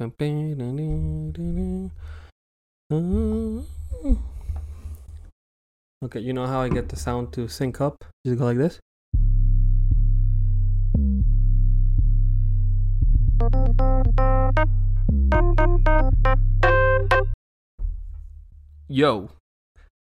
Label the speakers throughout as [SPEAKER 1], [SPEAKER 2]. [SPEAKER 1] All Okay, you know how I get the sound to sync up? Just go like this. Yo,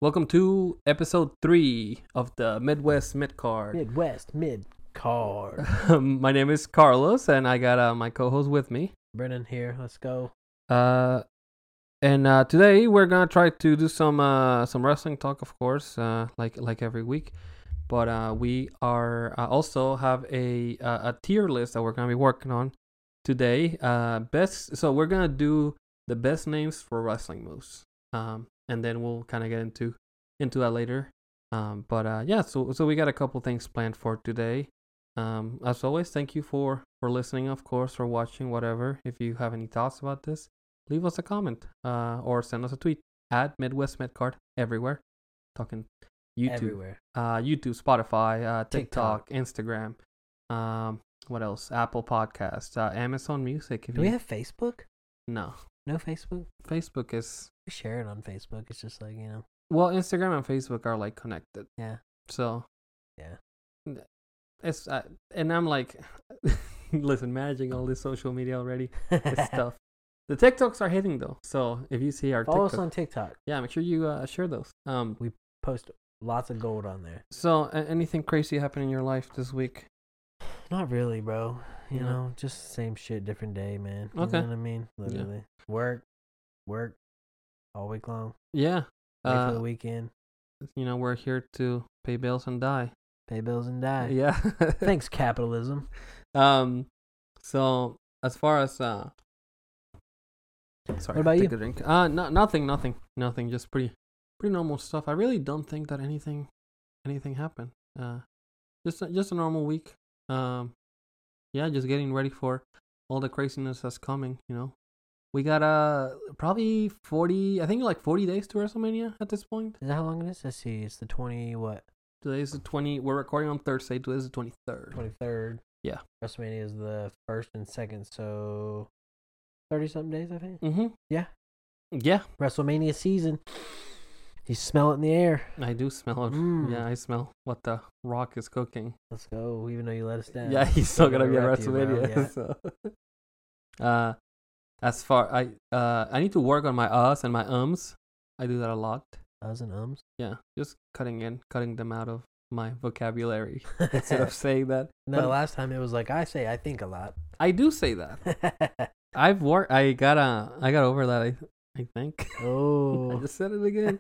[SPEAKER 1] welcome to episode three of the Midwest Midcard.
[SPEAKER 2] Midwest mid card.
[SPEAKER 1] Um, My name is Carlos, and I got uh, my co-host with me.
[SPEAKER 2] Brennan here. Let's go.
[SPEAKER 1] Uh, and uh, today we're gonna try to do some uh, some wrestling talk, of course, uh, like like every week. But uh, we are uh, also have a uh, a tier list that we're gonna be working on today. Uh, best so we're gonna do the best names for wrestling moves. Um, and then we'll kind of get into into that later. Um, but uh, yeah, so so we got a couple things planned for today. Um, as always, thank you for for listening, of course, or watching, whatever. If you have any thoughts about this leave us a comment uh, or send us a tweet at Midwest Medcard everywhere. Talking YouTube,
[SPEAKER 2] Everywhere.
[SPEAKER 1] uh, YouTube, Spotify, uh, TikTok,
[SPEAKER 2] TikTok.
[SPEAKER 1] Instagram. Um, what else? Apple Podcasts, uh, Amazon Music. If
[SPEAKER 2] Do
[SPEAKER 1] you
[SPEAKER 2] we have Facebook?
[SPEAKER 1] no,
[SPEAKER 2] No Facebook?
[SPEAKER 1] Facebook is
[SPEAKER 2] We share it on Facebook. It's just like, you know.
[SPEAKER 1] well, Instagram and Facebook are like connected.
[SPEAKER 2] Yeah.
[SPEAKER 1] So
[SPEAKER 2] Yeah.
[SPEAKER 1] it's uh, and I'm like, listen, managing all this social media already is tough. The TikToks are hitting though, so if you see our
[SPEAKER 2] Follow
[SPEAKER 1] TikToks,
[SPEAKER 2] us on TikTok.
[SPEAKER 1] yeah, make sure you uh, share those. Um,
[SPEAKER 2] Post lots of gold on there.
[SPEAKER 1] So, a- anything crazy happened in your life this week?
[SPEAKER 2] Not really, bro. You
[SPEAKER 1] No.
[SPEAKER 2] know, just same shit, different day, man. You
[SPEAKER 1] Okay.
[SPEAKER 2] know what I mean? Literally. Work, work, all week long.
[SPEAKER 1] Yeah.
[SPEAKER 2] Wait for
[SPEAKER 1] Uh,
[SPEAKER 2] the weekend.
[SPEAKER 1] you know, we're here to pay bills and die.
[SPEAKER 2] Pay bills and die.
[SPEAKER 1] Yeah.
[SPEAKER 2] Thanks, capitalism.
[SPEAKER 1] um. So, as far as uh, sorry,
[SPEAKER 2] What about
[SPEAKER 1] I
[SPEAKER 2] you?
[SPEAKER 1] took A drink. Uh, no, nothing, nothing, nothing. Just pretty, pretty normal stuff. I really don't think that anything, anything happened. Uh, just a, just a normal week. Um, yeah, just getting ready for all the craziness that's coming. You know, we got uh probably forty. I think like forty days to WrestleMania at this point.
[SPEAKER 2] Is that how long it is? Let's see. It's the 20, what?
[SPEAKER 1] Today's the twenty. We're recording on Thursday. Today's the twenty third.
[SPEAKER 2] 23rd.
[SPEAKER 1] Yeah.
[SPEAKER 2] WrestleMania is the first and second, so 30 something days, I think.
[SPEAKER 1] Mm-hmm.
[SPEAKER 2] Yeah.
[SPEAKER 1] Yeah,
[SPEAKER 2] WrestleMania season. You smell it in the air.
[SPEAKER 1] I do smell it.
[SPEAKER 2] Mm.
[SPEAKER 1] Yeah, I smell what the Rock is cooking.
[SPEAKER 2] Let's go, even though you let us down.
[SPEAKER 1] Yeah, he's still
[SPEAKER 2] We're
[SPEAKER 1] gonna be at
[SPEAKER 2] wrap you, bro.
[SPEAKER 1] WrestleMania.
[SPEAKER 2] Yeah.
[SPEAKER 1] So. Uh, as far I uh I need to work on my uhs and my ums. I do that a lot.
[SPEAKER 2] Us and ums.
[SPEAKER 1] Yeah, just cutting in, cutting them out of my vocabulary instead of saying that.
[SPEAKER 2] no,
[SPEAKER 1] but-
[SPEAKER 2] last time it was like, I say I think a lot.
[SPEAKER 1] I do say that. I've worked. I got uh, I got over that. I I think. I
[SPEAKER 2] oh.
[SPEAKER 1] just said it again.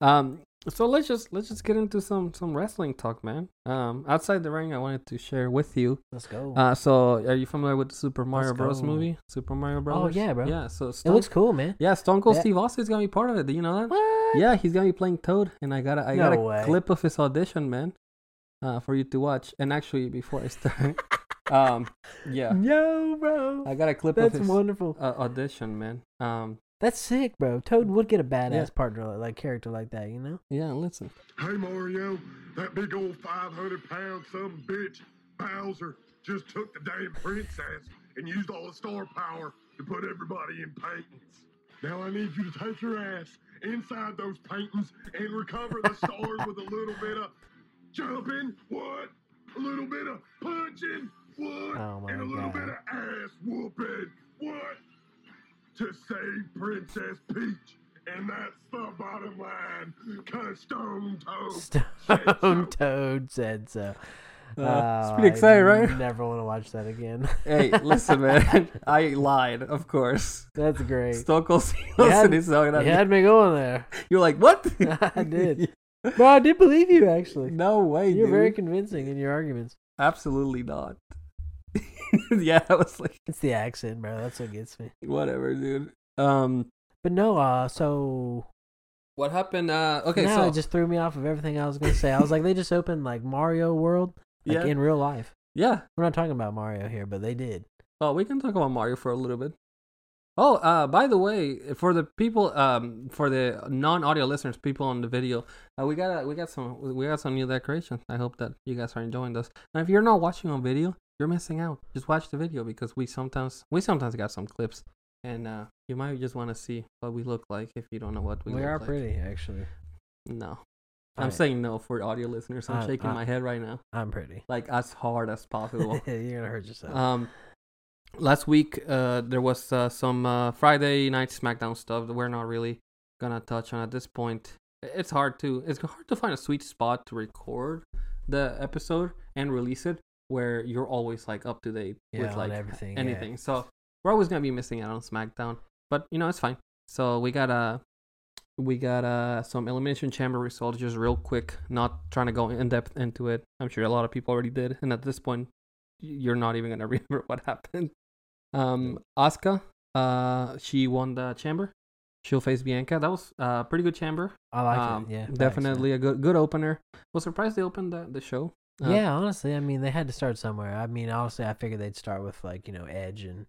[SPEAKER 1] Um, so let's just let's just get into some some wrestling talk, man. Um, outside the ring, I wanted to share with you.
[SPEAKER 2] Let's go.
[SPEAKER 1] Uh, so are you familiar with the Super Mario
[SPEAKER 2] Let's
[SPEAKER 1] Bros.
[SPEAKER 2] go. Oh,
[SPEAKER 1] movie? Super Mario Bros.
[SPEAKER 2] yeah, bro.
[SPEAKER 1] Yeah, so
[SPEAKER 2] it
[SPEAKER 1] Stone,
[SPEAKER 2] looks cool, man.
[SPEAKER 1] yeah, Stone Cold
[SPEAKER 2] Yeah.
[SPEAKER 1] Steve Austin's gonna be part of it. Do you know that?
[SPEAKER 2] What?
[SPEAKER 1] Yeah, he's gonna be playing Toad, and I got a, I got
[SPEAKER 2] No
[SPEAKER 1] a
[SPEAKER 2] way.
[SPEAKER 1] clip of his audition, man, uh, for you to watch. And actually, before I start, um, yeah,
[SPEAKER 2] Yo, bro.
[SPEAKER 1] I got a clip
[SPEAKER 2] That's
[SPEAKER 1] of his
[SPEAKER 2] wonderful.
[SPEAKER 1] uh, audition, man. Um,
[SPEAKER 2] That's sick, bro. Toad would get a badass
[SPEAKER 1] Yeah.
[SPEAKER 2] partner, like- like character like that, you know?
[SPEAKER 1] yeah, listen.
[SPEAKER 3] Hey Mario, that big old 500 pound some bitch Bowser just took the damn princess and used all the star power to put everybody in paintings. Now I need you to take your ass inside those paintings and recover the stars with a little bit of jumping, what? A little bit of punching, what?
[SPEAKER 2] Oh my
[SPEAKER 3] and a little
[SPEAKER 2] God.
[SPEAKER 3] bit of ass whooping, what? to save Princess Peach. And that's the bottom line. Cause Stone Toad.
[SPEAKER 2] Stone Toad said so.
[SPEAKER 1] Uh,
[SPEAKER 2] Oh,
[SPEAKER 1] it's pretty exciting,
[SPEAKER 2] I
[SPEAKER 1] right?
[SPEAKER 2] Never want to watch that again.
[SPEAKER 1] hey, listen, man. I lied, of course.
[SPEAKER 2] That's great.
[SPEAKER 1] Stone Cold Steve
[SPEAKER 2] You
[SPEAKER 1] Austin
[SPEAKER 2] had-
[SPEAKER 1] is talking
[SPEAKER 2] you
[SPEAKER 1] about
[SPEAKER 2] had me going there.
[SPEAKER 1] You're like, what?
[SPEAKER 2] I did. Bro, I did believe you, actually.
[SPEAKER 1] No way,
[SPEAKER 2] You're
[SPEAKER 1] dude.
[SPEAKER 2] very convincing in your arguments.
[SPEAKER 1] Absolutely not. yeah, I was like,
[SPEAKER 2] It's the accent, bro. That's what gets me.
[SPEAKER 1] whatever, dude. Um,
[SPEAKER 2] But no, uh, so
[SPEAKER 1] what happened? Uh, okay,
[SPEAKER 2] now
[SPEAKER 1] so
[SPEAKER 2] it just threw me off of everything I was gonna say. I was like, they just opened like Mario World, like
[SPEAKER 1] yeah,
[SPEAKER 2] in real life.
[SPEAKER 1] yeah.
[SPEAKER 2] We're not talking about Mario here, but they did.
[SPEAKER 1] Oh, we can talk about Mario for a little bit. Oh, uh, by the way, for the people, um, for the non-audio listeners, people on the video, uh, we got we got some we got some new decorations. I hope that you guys are enjoying those. And if you're not watching on video, you're missing out. Just watch the video because we sometimes we sometimes got some clips, and uh, you might just want to see what we look like if you don't know what we,
[SPEAKER 2] We,
[SPEAKER 1] look
[SPEAKER 2] are
[SPEAKER 1] like.
[SPEAKER 2] pretty, actually.
[SPEAKER 1] No, I'm
[SPEAKER 2] Alright,
[SPEAKER 1] saying no for audio listeners. I'm
[SPEAKER 2] Uh,
[SPEAKER 1] shaking
[SPEAKER 2] uh,
[SPEAKER 1] my head right now,
[SPEAKER 2] I'm pretty.
[SPEAKER 1] like as hard as possible.
[SPEAKER 2] You're gonna hurt yourself.
[SPEAKER 1] Um, last week uh, there was uh, some uh, Friday night SmackDown stuff that we're not really gonna touch on at this point. I- It's hard to it's hard to find a sweet spot to record the episode and release it where you're always like up to date
[SPEAKER 2] yeah,
[SPEAKER 1] with
[SPEAKER 2] on
[SPEAKER 1] like
[SPEAKER 2] everything. yeah.
[SPEAKER 1] anything. So we're always gonna be missing out on SmackDown, but you know it's fine. So we got uh we got uh some Elimination Chamber results just real quick. Not trying to go in depth into it. I'm sure a lot of people already did, and at this point, y- you're not even gonna remember what happened. Um, Asuka, uh, she won the chamber. She'll face Bianca. That was uh, pretty good chamber.
[SPEAKER 2] I like
[SPEAKER 1] um,
[SPEAKER 2] it. Yeah, facts,
[SPEAKER 1] definitely a good good opener. Was surprised they opened the, the show.
[SPEAKER 2] Yeah.
[SPEAKER 1] uh,
[SPEAKER 2] yeah, honestly, I mean, they had to start somewhere. I mean, honestly, I figured they'd start with like you know Edge and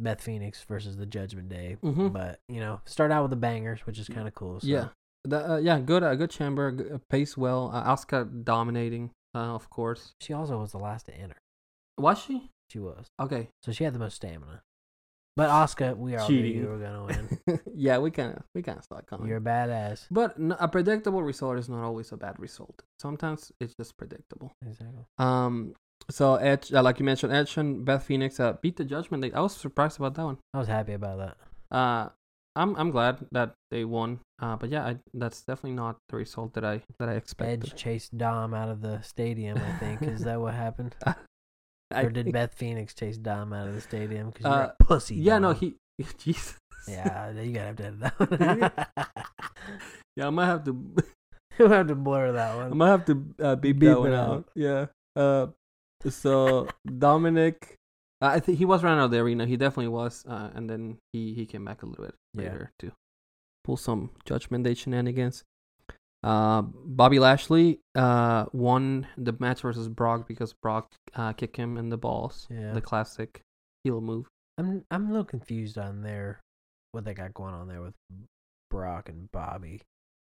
[SPEAKER 2] Beth Phoenix versus the Judgment Day,
[SPEAKER 1] Mhm.
[SPEAKER 2] but you know, start out with the bangers, which is kind of cool. So.
[SPEAKER 1] Yeah, the, uh, yeah, good, uh, good chamber, g- uh, pace well. Uh, Asuka dominating, uh, of course.
[SPEAKER 2] She also was the last to enter.
[SPEAKER 1] Was she?
[SPEAKER 2] She was.
[SPEAKER 1] Okay.
[SPEAKER 2] So she had the most stamina. But Oscar, we all knew
[SPEAKER 1] Cheating.
[SPEAKER 2] you were gonna win.
[SPEAKER 1] yeah, we kind of we kind of saw it coming.
[SPEAKER 2] You're a badass.
[SPEAKER 1] But n- a predictable result is not always a bad result. Sometimes it's just predictable.
[SPEAKER 2] Exactly.
[SPEAKER 1] Um. So Edge, uh, like you mentioned, Edge and Beth Phoenix uh, beat the Judgment Day. I was surprised about that one.
[SPEAKER 2] I was happy about that.
[SPEAKER 1] Uh, I'm I'm glad that they won. Uh, but yeah, I, that's definitely not the result that I that I expected.
[SPEAKER 2] Edge chased Dom out of the stadium. I think is that what happened, or did
[SPEAKER 1] think-
[SPEAKER 2] Beth Phoenix chase Dom out of the stadium because you're
[SPEAKER 1] Uh,
[SPEAKER 2] a pussy?
[SPEAKER 1] Yeah, no,
[SPEAKER 2] Dom.
[SPEAKER 1] he. Jesus.
[SPEAKER 2] Yeah, you gotta have to edit that one.
[SPEAKER 1] Yeah, I might have to
[SPEAKER 2] You'll have to blur that
[SPEAKER 1] I
[SPEAKER 2] one.
[SPEAKER 1] might have to uh, beep,
[SPEAKER 2] Beep
[SPEAKER 1] that one
[SPEAKER 2] it
[SPEAKER 1] out.
[SPEAKER 2] out.
[SPEAKER 1] Yeah. Uh, so Dominic, uh, I think he was running out of the arena. He definitely was, uh, and then he he came back a little bit
[SPEAKER 2] Yeah.
[SPEAKER 1] later to pull some Judgment Day shenanigans. Uh, Bobby Lashley uh, won the match versus Brock because Brock uh, kicked him in the balls.
[SPEAKER 2] Yeah.
[SPEAKER 1] The classic heel move.
[SPEAKER 2] I'm I'm a little confused on there what they got going on there with Brock and Bobby.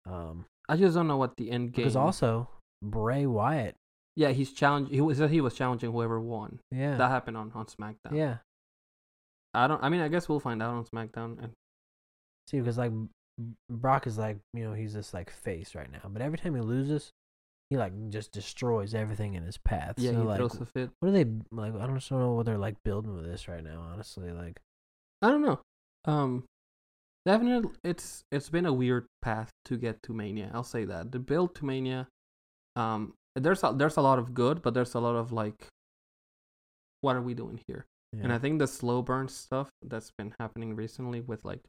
[SPEAKER 2] Um,
[SPEAKER 1] I just don't know what the end game.
[SPEAKER 2] because also Bray Wyatt.
[SPEAKER 1] yeah, he's challenging. He was he was challenging whoever won.
[SPEAKER 2] Yeah.
[SPEAKER 1] That happened on on SmackDown.
[SPEAKER 2] yeah.
[SPEAKER 1] I don't. I mean, I guess we'll find out on SmackDown. And
[SPEAKER 2] See, because like B- Brock is like you know he's this like face right now, but every time he loses, he like just destroys everything in his path.
[SPEAKER 1] yeah,
[SPEAKER 2] so,
[SPEAKER 1] he
[SPEAKER 2] like,
[SPEAKER 1] throws a fit.
[SPEAKER 2] what are they like? I don't know what they're like building with this right now. Honestly, like
[SPEAKER 1] I don't know. Um, definitely, it's it's been a weird path to get to Mania. I'll say that the build to Mania. Um, there's a, there's a lot of good, but there's a lot of like, what are we doing here? And
[SPEAKER 2] yeah.
[SPEAKER 1] I think the slow burn stuff that's been happening recently with like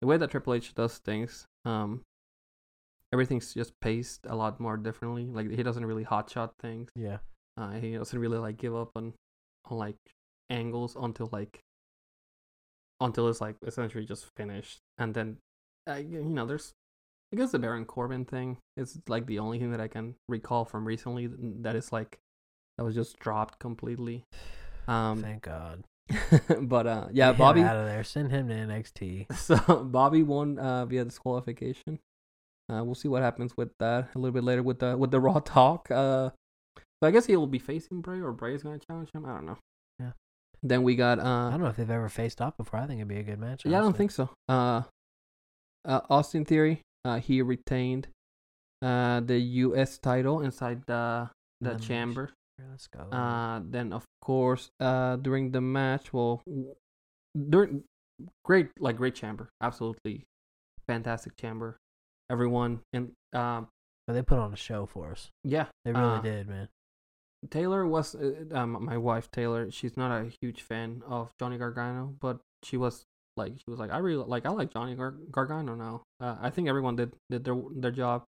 [SPEAKER 1] the way that Triple H does things, um, everything's just paced a lot more differently. Like he doesn't really hotshot things.
[SPEAKER 2] yeah,
[SPEAKER 1] Uh, he doesn't really like give up on, on like angles until like until it's like essentially just finished, and then I, you know there's I guess the Baron Corbin thing is like the only thing that I can recall from recently that is like that was just dropped completely. Um,
[SPEAKER 2] thank God.
[SPEAKER 1] but uh, yeah,
[SPEAKER 2] Get him
[SPEAKER 1] Bobby.
[SPEAKER 2] out of there. Send him to NXT.
[SPEAKER 1] So Bobby won uh, via disqualification. Uh, we'll see what happens with that a little bit later with the with the Raw talk. Uh, so I guess he will be facing Bray, or Bray is going to challenge him. I don't know.
[SPEAKER 2] Yeah.
[SPEAKER 1] Then we got.
[SPEAKER 2] I
[SPEAKER 1] Uh,
[SPEAKER 2] don't know if they've ever faced off before. I think it'd be a good match.
[SPEAKER 1] yeah, I don't
[SPEAKER 2] honestly.
[SPEAKER 1] think so. Uh, uh, Austin Theory. Uh, he retained uh, the U.S. title inside the
[SPEAKER 2] In
[SPEAKER 1] the
[SPEAKER 2] the match.
[SPEAKER 1] chamber.
[SPEAKER 2] Yeah, Let's go.
[SPEAKER 1] Uh, then of course, uh, during the match, well, w- during great like great chamber, absolutely fantastic chamber. Everyone and um,
[SPEAKER 2] but they put on a show for us.
[SPEAKER 1] yeah,
[SPEAKER 2] They really
[SPEAKER 1] uh,
[SPEAKER 2] did, man.
[SPEAKER 1] Taylor was uh, um, my wife. Taylor, she's not a huge fan of Johnny Gargano, but she was like, she was like, I really like, I like Johnny Gar- Gargano now. Uh, I think everyone did did their their job.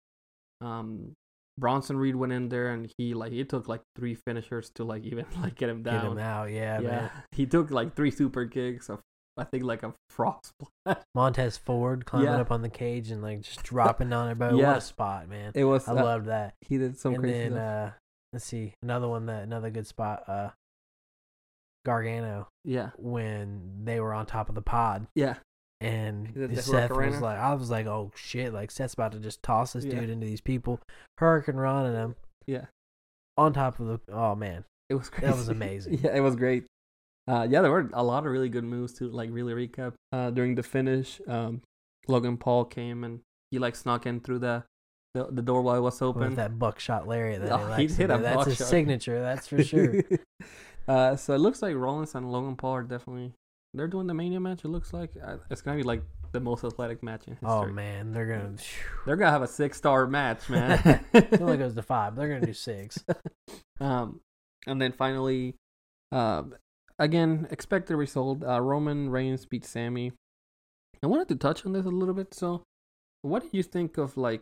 [SPEAKER 1] Um, Bronson Reed went in there and he like it took like three finishers to like even like get him down.
[SPEAKER 2] Get him out. Yeah,
[SPEAKER 1] yeah,
[SPEAKER 2] man.
[SPEAKER 1] he took like three super kicks of I think like a frost. splash.
[SPEAKER 2] Montez Ford climbing
[SPEAKER 1] Yeah.
[SPEAKER 2] up on the cage and like just dropping on everybody. What
[SPEAKER 1] Yeah.
[SPEAKER 2] a spot, man.
[SPEAKER 1] It was
[SPEAKER 2] I
[SPEAKER 1] uh,
[SPEAKER 2] loved that.
[SPEAKER 1] he did some
[SPEAKER 2] and
[SPEAKER 1] crazy
[SPEAKER 2] then
[SPEAKER 1] stuff.
[SPEAKER 2] uh let's see another one that another good spot uh Gargano
[SPEAKER 1] Yeah.
[SPEAKER 2] when they were on top of the pod,
[SPEAKER 1] Yeah.
[SPEAKER 2] and
[SPEAKER 1] The- the
[SPEAKER 2] Seth was
[SPEAKER 1] Hurricanrana?
[SPEAKER 2] like, I was like, oh shit, like Seth's about to just toss this
[SPEAKER 1] Yeah.
[SPEAKER 2] dude into these people, Hurricane Ron and him.
[SPEAKER 1] Yeah.
[SPEAKER 2] On top of the, oh man,
[SPEAKER 1] It was crazy.
[SPEAKER 2] That was amazing.
[SPEAKER 1] yeah, it was great. Uh, yeah, there were a lot of really good moves to like really recap. Uh, during the finish, um, Logan Paul came and he like snuck in through the the, the door while it was
[SPEAKER 2] with
[SPEAKER 1] open.
[SPEAKER 2] that buckshot lariat that
[SPEAKER 1] Oh,
[SPEAKER 2] he
[SPEAKER 1] he
[SPEAKER 2] likes. to
[SPEAKER 1] hit a
[SPEAKER 2] do. that's his
[SPEAKER 1] buckshot.
[SPEAKER 2] signature, that's for sure.
[SPEAKER 1] uh, so it looks like Rollins and Logan Paul are definitely they're doing the Mania match. It looks like uh, it's gonna be like the most athletic match in history.
[SPEAKER 2] oh man, they're gonna.
[SPEAKER 1] They're gonna have a six star match, man.
[SPEAKER 2] It only goes to five. They're gonna do six.
[SPEAKER 1] Um, and then finally, uh, again, expected result. Uh, Roman Reigns beat Sammy. I wanted to touch on this a little bit. So, what did you think of like?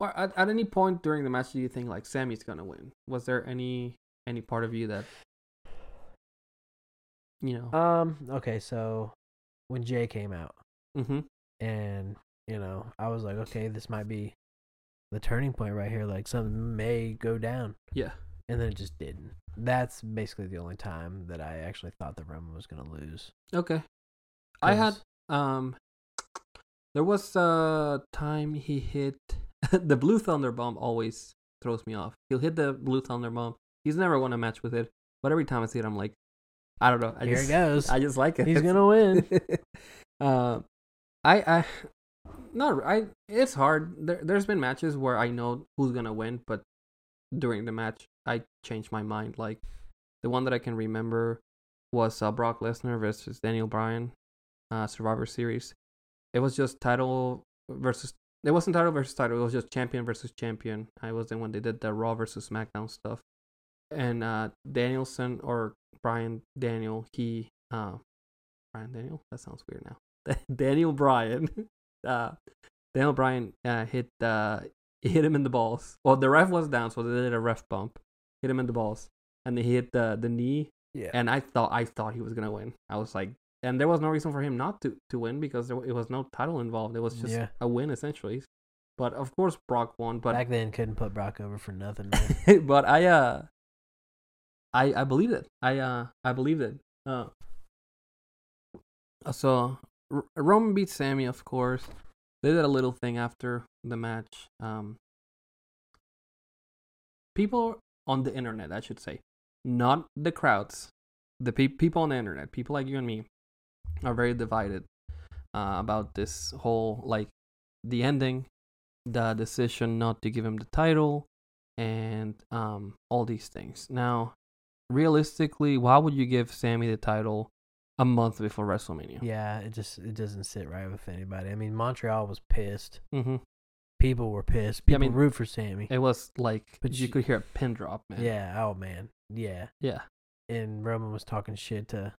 [SPEAKER 1] Or at, at any point during the match, do you think like Sammy's gonna win? Was there any any part of you that you know?
[SPEAKER 2] Um. Okay. So when Jay came out,
[SPEAKER 1] mm-hmm.
[SPEAKER 2] and you know, I was like, okay, this might be the turning point right here. Like something may go down,
[SPEAKER 1] Yeah.
[SPEAKER 2] and then it just didn't. That's basically the only time that I actually thought that Roman was gonna lose.
[SPEAKER 1] Okay. I had
[SPEAKER 2] 'Cause-
[SPEAKER 1] um. There was a time he hit the blue thunder bomb. Always throws me off. He'll hit the blue thunder bomb. He's never won a match with it, but every time I see it, I'm like, I don't know. I
[SPEAKER 2] here
[SPEAKER 1] just,
[SPEAKER 2] it goes.
[SPEAKER 1] I just like it.
[SPEAKER 2] He's gonna win.
[SPEAKER 1] uh, I I not I. It's hard. There, there's been matches where I know who's gonna win, but during the match, I change my mind. Like the one that I can remember was uh, Brock Lesnar versus Daniel Bryan, uh, Survivor Series. It was just title versus. It wasn't title versus title. It was just champion versus champion. I was then when they did the Raw versus SmackDown stuff, and uh, Danielson or Brian Daniel, he uh, Brian Daniel. That sounds weird now. Daniel Bryan. Uh, Daniel Bryan uh, hit uh, hit him in the balls. Well, the ref was down, so they did a ref bump. Hit him in the balls, and then he hit the the knee.
[SPEAKER 2] Yeah.
[SPEAKER 1] And I thought I thought he was gonna win. I was like, and there was no reason for him not to to win because there it was no title involved. It was just
[SPEAKER 2] Yeah.
[SPEAKER 1] a win essentially. But of course, Brock won. But
[SPEAKER 2] Back then, couldn't put Brock over for nothing. Man.
[SPEAKER 1] but I uh I I believe it. I uh I believe it. Uh so R- Roman beat Sammy of course. They did a little thing after the match. Um people on the internet, I should say, not the crowds. The pe- people on the internet, people like you and me are very divided uh, about this whole like the ending, the decision not to give him the title, and um, all these things. Now, realistically, why would you give Sammy the title a month before WrestleMania?
[SPEAKER 2] yeah, it just it doesn't sit right with anybody. I mean, Montreal was pissed.
[SPEAKER 1] hmm
[SPEAKER 2] People were pissed.
[SPEAKER 1] Yeah, I
[SPEAKER 2] People
[SPEAKER 1] mean,
[SPEAKER 2] root for Sammy.
[SPEAKER 1] It was like
[SPEAKER 2] But
[SPEAKER 1] you
[SPEAKER 2] you-
[SPEAKER 1] could hear a pin drop, man.
[SPEAKER 2] Yeah. Oh man. Yeah.
[SPEAKER 1] yeah.
[SPEAKER 2] And Roman was talking shit to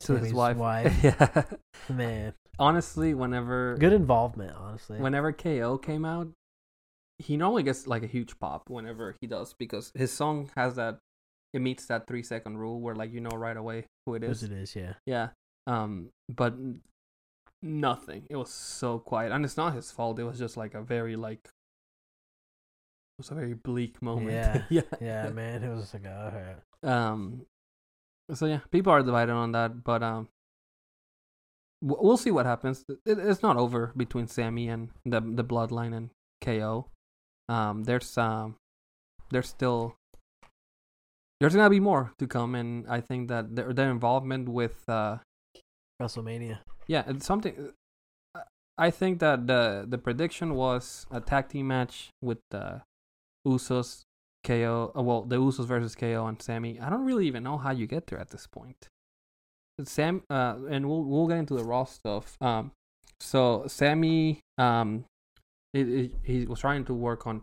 [SPEAKER 1] To his
[SPEAKER 2] Sammy's
[SPEAKER 1] wife. yeah.
[SPEAKER 2] Man,
[SPEAKER 1] Honestly, whenever
[SPEAKER 2] good involvement, honestly.
[SPEAKER 1] whenever KO came out, he normally gets like a huge pop whenever he does because his song has that. It meets that three second rule where like you know right away who it is.
[SPEAKER 2] As it is, yeah.
[SPEAKER 1] Yeah. Um, but n- nothing. It was so quiet, and it's not his fault. It was just like a very like it was a very bleak moment.
[SPEAKER 2] Yeah.
[SPEAKER 1] yeah.
[SPEAKER 2] Yeah, man, it was just like, uh, all right.
[SPEAKER 1] Um. So yeah, people are divided on that, but um, w- we'll see what happens. It, it's not over between Sammy and the the Bloodline and KO. Um, there's um, there's still there's gonna be more to come, and I think that their their involvement with uh
[SPEAKER 2] WrestleMania.
[SPEAKER 1] yeah, it's something. I- I think that the the prediction was a tag team match with the Usos, KO. uh, Well, the Usos versus KO and Sammy. I don't really even know how you get there at this point. Sam, uh, and we'll we'll get into the Raw stuff. Um, so Sammy, um, it, it, he was trying to work on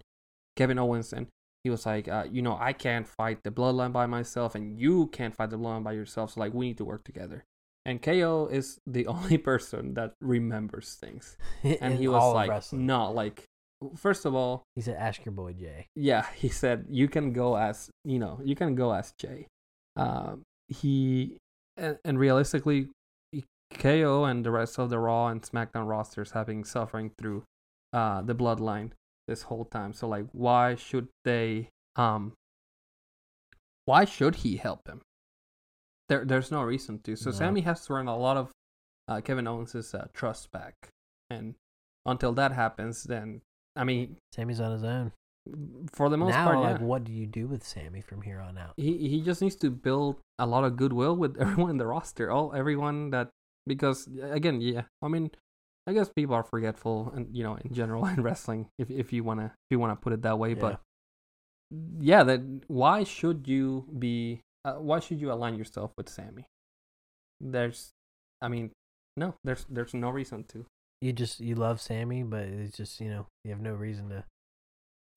[SPEAKER 1] Kevin Owens, and he was like, uh, you know, I can't fight the Bloodline by myself, and you can't fight the Bloodline by yourself. So like, we need to work together. And KO is the only person that remembers things. And
[SPEAKER 2] In
[SPEAKER 1] he
[SPEAKER 2] all
[SPEAKER 1] was
[SPEAKER 2] of
[SPEAKER 1] like,
[SPEAKER 2] wrestling.
[SPEAKER 1] no, like, first of all,
[SPEAKER 2] He said, ask your boy Jay.
[SPEAKER 1] yeah, he said, you can go as, you know, you can go as Jay. Um, he, and, and realistically, KO and the rest of the Raw and SmackDown rosters have been suffering through uh, the bloodline this whole time. So, like, why should they, um, why should he help him? There, there's no reason to. So
[SPEAKER 2] No.
[SPEAKER 1] Sammy has to earn a lot of uh, Kevin Owens's uh, trust back, and until that happens, then I mean,
[SPEAKER 2] Sammy's on his own.
[SPEAKER 1] for the most
[SPEAKER 2] now,
[SPEAKER 1] part,
[SPEAKER 2] like,
[SPEAKER 1] yeah.
[SPEAKER 2] what do you do with Sammy from here on out?
[SPEAKER 1] he he just needs to build a lot of goodwill with everyone in the roster, all everyone that because again, yeah, I mean, I guess people are forgetful, and you know, in general in wrestling, if if you wanna if you wanna put it that way, but yeah, that why should you be uh, why should you align yourself with Sammy? There's, I mean, no, there's there's no reason to.
[SPEAKER 2] you just you love Sammy, but it's just you know you have no reason to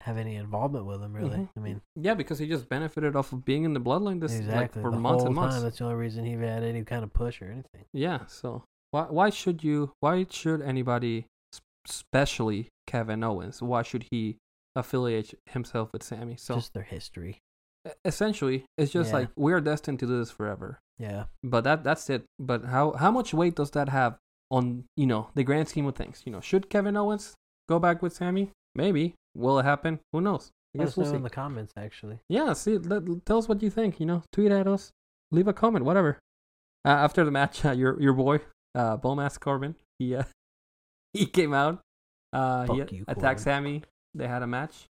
[SPEAKER 2] have any involvement with him. Really,
[SPEAKER 1] Mhm.
[SPEAKER 2] I mean,
[SPEAKER 1] Yeah, because he just benefited off of being in the bloodline this
[SPEAKER 2] exactly
[SPEAKER 1] like for
[SPEAKER 2] the
[SPEAKER 1] months
[SPEAKER 2] whole
[SPEAKER 1] and months.
[SPEAKER 2] time. That's the only reason he had any kind of push or anything.
[SPEAKER 1] Yeah, so why why should you why should anybody s- especially Kevin Owens why should he affiliate himself with Sammy? So
[SPEAKER 2] just their history.
[SPEAKER 1] e- essentially it's just
[SPEAKER 2] Yeah.
[SPEAKER 1] like we're destined to do this forever.
[SPEAKER 2] Yeah,
[SPEAKER 1] But that that's it. But how how much weight does that have on, you know, the grand scheme of things? You know, should Kevin Owens go back with Sammy? Maybe. Will it happen? Who knows? I
[SPEAKER 2] let
[SPEAKER 1] guess
[SPEAKER 2] us know
[SPEAKER 1] we'll see.
[SPEAKER 2] in the comments. Actually,
[SPEAKER 1] Yeah, see, let, tell us what you think. You know, tweet at us, leave a comment, whatever. Uh, after the match, uh, your your boy, uh, Bullmask Corbin, he uh, he came out. Uh, he
[SPEAKER 2] Fuck you, Corbin.
[SPEAKER 1] attacked Sammy. They had a match,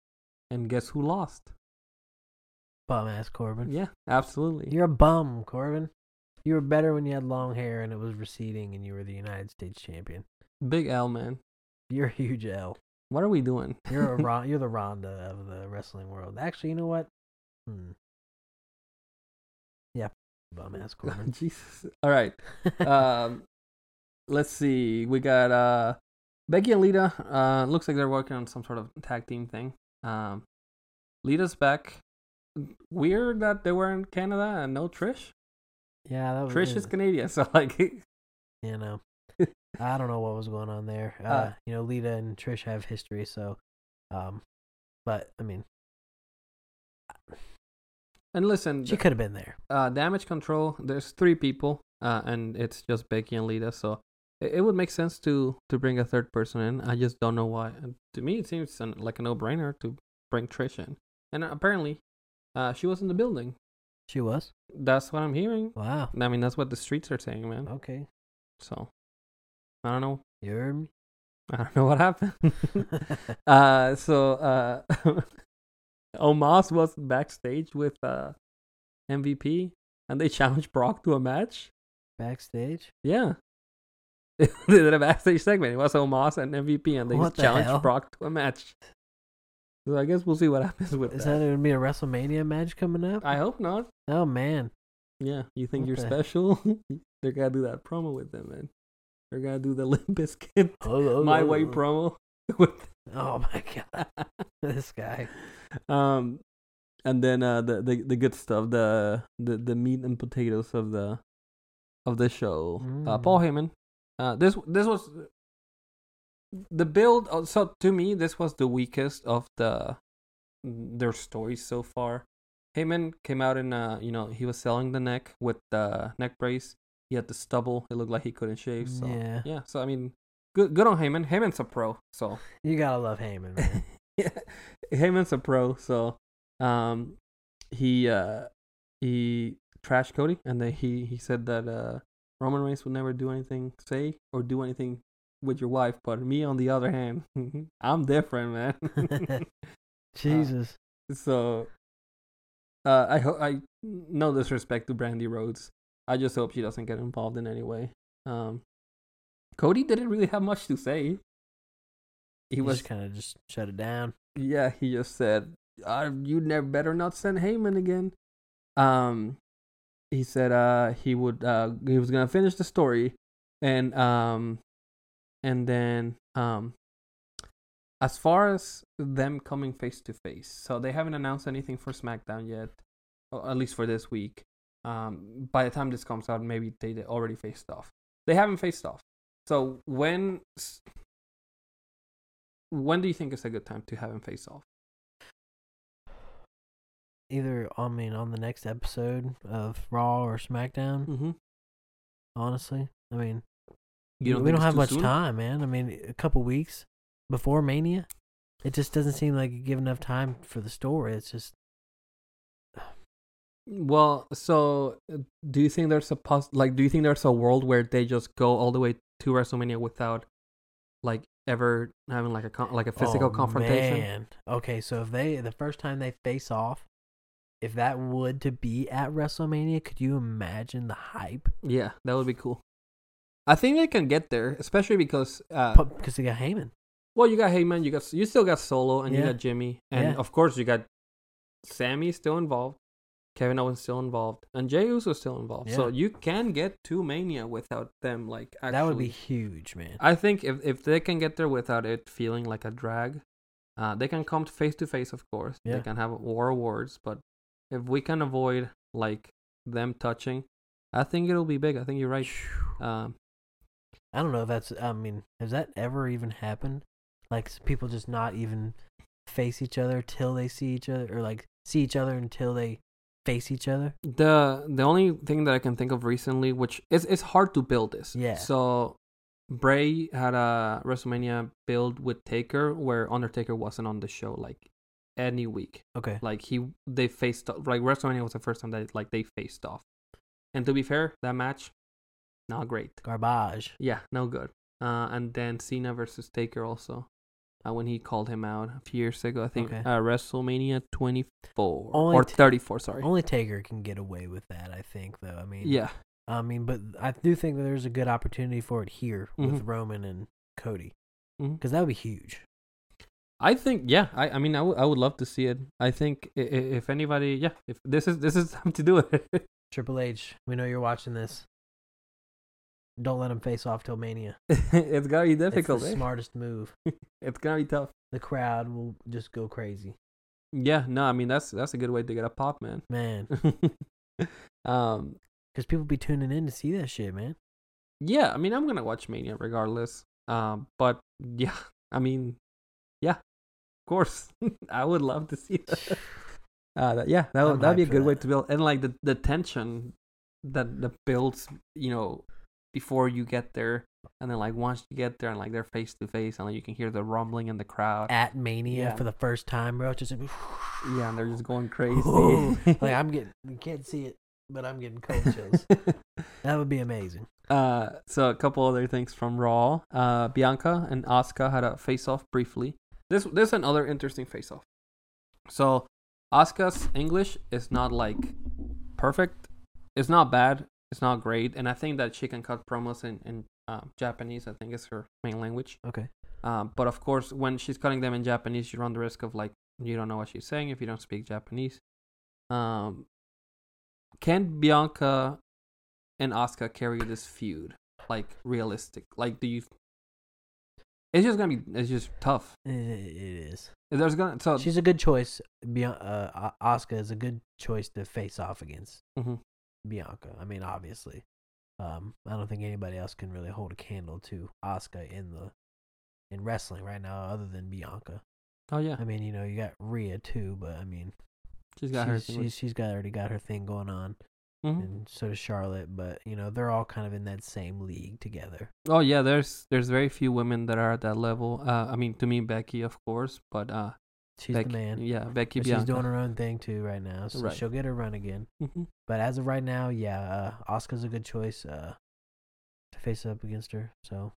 [SPEAKER 1] and guess who lost?
[SPEAKER 2] bum ass Corbin.
[SPEAKER 1] Yeah, absolutely.
[SPEAKER 2] You're a bum, Corbin. You were better when you had long hair and it was receding, and you were the United States champion.
[SPEAKER 1] Big L man.
[SPEAKER 2] You're a huge L.
[SPEAKER 1] What are we doing?
[SPEAKER 2] You're a Ron, you're the Ronda of the wrestling world. Actually, you know what? Hmm. Yeah, bum ass Corbin. Uh,
[SPEAKER 1] Jesus. All right. um, let's see. We got uh, Becky and Lita. Uh, looks like they're working on some sort of tag team thing. Um, Lita's back. Weird that they were in Canada and no Trish.
[SPEAKER 2] yeah, that was
[SPEAKER 1] Trish is Canadian, so like,
[SPEAKER 2] you know i don't know what was going on there uh,
[SPEAKER 1] Uh,
[SPEAKER 2] you know lita and trish have history so um but i mean
[SPEAKER 1] and listen,
[SPEAKER 2] she could have been there
[SPEAKER 1] uh, damage control. There's three people, uh, and it's just Becky and Lita. So it, it would make sense to to bring a third person in. I just don't know why. And to me, it seems an, like a no brainer to bring Trish in, and apparently, uh, she was in the building.
[SPEAKER 2] she was
[SPEAKER 1] That's what I'm hearing.
[SPEAKER 2] wow
[SPEAKER 1] I mean, that's what the streets are saying, man.
[SPEAKER 2] okay
[SPEAKER 1] So I don't know.
[SPEAKER 2] you heard me
[SPEAKER 1] I don't know what happened. uh, so uh, Omos was backstage with uh, MVP, and they challenged Brock to a match.
[SPEAKER 2] backstage
[SPEAKER 1] Yeah. they did a backstage segment. It was Omos and MVP, and they
[SPEAKER 2] What the
[SPEAKER 1] challenged
[SPEAKER 2] hell?
[SPEAKER 1] Brock to a match. So I guess we'll see what happens with
[SPEAKER 2] is that
[SPEAKER 1] that.
[SPEAKER 2] gonna be a wrestlemania match coming up
[SPEAKER 1] I hope not.
[SPEAKER 2] oh man
[SPEAKER 1] Yeah, you think
[SPEAKER 2] What
[SPEAKER 1] you're
[SPEAKER 2] the-
[SPEAKER 1] special? They're gonna do that promo with them, man. They're gonna do the Limp Bizkit
[SPEAKER 2] oh,
[SPEAKER 1] my way promo with
[SPEAKER 2] oh my god this guy
[SPEAKER 1] um and then uh the, the the good stuff the the the meat and potatoes of the of the show uh
[SPEAKER 2] Mm.
[SPEAKER 1] paul heyman uh this this was the build uh, so to me this was the weakest of the their stories so far heyman came out in uh you know he was selling the neck with the neck brace he had the stubble it looked like he couldn't shave so yeah,
[SPEAKER 2] yeah
[SPEAKER 1] so i mean good good on heyman heyman's a pro so
[SPEAKER 2] you gotta love Heyman,
[SPEAKER 1] Uh,
[SPEAKER 2] man.
[SPEAKER 1] yeah, Heyman's a pro, so um, he uh, he trashed Cody, and then he he said that uh, Roman Reigns would never do anything, say or do anything with your wife. But me, on the other hand, I'm different, man.
[SPEAKER 2] jesus
[SPEAKER 1] so uh, I hope I no disrespect to Brandy Rhodes. I just hope she doesn't get involved in any way. Um, Cody didn't really have much to say. He
[SPEAKER 2] he
[SPEAKER 1] was
[SPEAKER 2] was kind of just shut it down
[SPEAKER 1] yeah, he just said, I, "You never better not send Heyman again." Um, he said uh he would uh he was gonna finish the story, and um, and then um, as far as them coming face to face, so they haven't announced anything for SmackDown yet, or at least for this week. Um, by the time this comes out, maybe they, they already faced off. They haven't faced off. So when s- when do you think is a good time to have him face off?
[SPEAKER 2] either I mean on the next episode of Raw or SmackDown.
[SPEAKER 1] Mm-hmm.
[SPEAKER 2] Honestly, I mean
[SPEAKER 1] You
[SPEAKER 2] we don't have much time, man. I mean a couple weeks before Mania, it just doesn't seem like you give enough time for the story. It's just
[SPEAKER 1] Well, so uh, do you think there's a pos- like do you think there's a world where they just go all the way to WrestleMania without like ever having like a con- like a physical
[SPEAKER 2] Oh,
[SPEAKER 1] confrontation?
[SPEAKER 2] man. Okay, so if they the first time they face off, if that would to be at WrestleMania, could you imagine the hype?
[SPEAKER 1] Yeah, that would be cool. I think they can get there, especially because uh,
[SPEAKER 2] Because they got Heyman.
[SPEAKER 1] well, you got Heyman, you got you still got Solo, and you
[SPEAKER 2] Yeah.
[SPEAKER 1] got Jimmy, and
[SPEAKER 2] Yeah.
[SPEAKER 1] of course you got Sammy still involved, Kevin Owens still involved, and Jey Uso still involved. So
[SPEAKER 2] Yeah.
[SPEAKER 1] you can get to Mania without them. Like actually.
[SPEAKER 2] That would be huge, man.
[SPEAKER 1] I think if, if they can get there without it feeling like a drag, uh, they can come face to face, of course. They
[SPEAKER 2] Yeah.
[SPEAKER 1] can have war awards, but if we can avoid like them touching, I think it'll be big. I think you're right. Um,
[SPEAKER 2] I don't know if that's. I mean, has that ever even happened? Like s- people just not even face each other till they see each other, or like see each other until they face each other.
[SPEAKER 1] the the only thing that I can think of recently, which is it's hard to build this.
[SPEAKER 2] Yeah.
[SPEAKER 1] So Bray had a WrestleMania build with Taker where Undertaker wasn't on the show like any week.
[SPEAKER 2] Okay.
[SPEAKER 1] Like he, they faced off. Like WrestleMania was the first time that like they faced off. And to be fair, that match, not great.
[SPEAKER 2] Garbage.
[SPEAKER 1] Yeah, no good. Uh, and then Cena versus Taker also, uh, when he called him out a few years ago, I think
[SPEAKER 2] Okay.
[SPEAKER 1] uh, WrestleMania 24
[SPEAKER 2] Only
[SPEAKER 1] or
[SPEAKER 2] t-
[SPEAKER 1] 34. Sorry.
[SPEAKER 2] Only Taker can get away with that, I think. Though I mean,
[SPEAKER 1] yeah,
[SPEAKER 2] I mean, but I do think that there's a good opportunity for it here with
[SPEAKER 1] Mhm.
[SPEAKER 2] Roman and Cody
[SPEAKER 1] Mhm.
[SPEAKER 2] because that would be huge.
[SPEAKER 1] I think yeah. I, I mean I would I would love to see it. I think i- i- if anybody yeah, if this is this is time to do it.
[SPEAKER 2] Triple H, we know you're watching this. Don't let him face off till Mania.
[SPEAKER 1] it's gonna be
[SPEAKER 2] It's the
[SPEAKER 1] difficult. eh?
[SPEAKER 2] smartest move.
[SPEAKER 1] it's gonna be tough.
[SPEAKER 2] The crowd will just go crazy.
[SPEAKER 1] Yeah, no, I mean that's that's a good way to get a pop, man.
[SPEAKER 2] Man,
[SPEAKER 1] um
[SPEAKER 2] Because people be tuning in to see that shit, man.
[SPEAKER 1] yeah i mean i'm gonna watch mania regardless um but yeah i mean yeah of course i would love to see that. uh that, yeah that
[SPEAKER 2] I'm
[SPEAKER 1] would that'd be a
[SPEAKER 2] hyped for
[SPEAKER 1] good way
[SPEAKER 2] that.
[SPEAKER 1] to build and like the, the tension that that builds you know before you get there and then like once you get there and like they're face to face and like you can hear the rumbling in the crowd
[SPEAKER 2] At Mania
[SPEAKER 1] Yeah.
[SPEAKER 2] for the first time, bro. Just
[SPEAKER 1] yeah and they're just going
[SPEAKER 2] Ooh.
[SPEAKER 1] crazy
[SPEAKER 2] like I'm getting, you can't see it, but I'm getting cold chills. that would be amazing.
[SPEAKER 1] Uh, so a couple other things from Raw. Uh, Bianca and Asuka had a face-off briefly. This this is another interesting face-off. So Asuka's English is not like perfect. It's not bad. It's not great. And I think that she can cut promos in in uh, Japanese. I think is her main language.
[SPEAKER 2] Okay.
[SPEAKER 1] Um, but of course, when she's cutting them in Japanese, you run the risk of like you don't know what she's saying if you don't speak Japanese. Um, can Bianca and Asuka carry this feud? Like realistic? Like do you? It's just gonna be. It's just tough.
[SPEAKER 2] It, it is.
[SPEAKER 1] There's gonna so
[SPEAKER 2] She's a good choice. Bian- uh, Oscar is a good choice to face off against
[SPEAKER 1] Mhm.
[SPEAKER 2] Bianca. I mean, obviously. Um, I don't think anybody else can really hold a candle to Oscar in the in wrestling right now, other than Bianca.
[SPEAKER 1] oh yeah,
[SPEAKER 2] I mean, you know, you got Rhea too, but I mean,
[SPEAKER 1] she's got her.
[SPEAKER 2] she's,
[SPEAKER 1] thing with-
[SPEAKER 2] she's, she's got already got her thing going on,
[SPEAKER 1] Mhm.
[SPEAKER 2] and so does Charlotte. But you know, they're all kind of in that same league together.
[SPEAKER 1] Oh yeah, there's there's very few women that are at that level. Uh, I mean, to me, Becky, of course, but uh,
[SPEAKER 2] She's
[SPEAKER 1] Becky,
[SPEAKER 2] the man.
[SPEAKER 1] yeah, Becky
[SPEAKER 2] But
[SPEAKER 1] Bianca.
[SPEAKER 2] she's doing her own thing too right now, so
[SPEAKER 1] Right.
[SPEAKER 2] she'll get her run again.
[SPEAKER 1] Mhm.
[SPEAKER 2] But as of right now, yeah, uh, Oscar's a good choice uh, to face up against her. So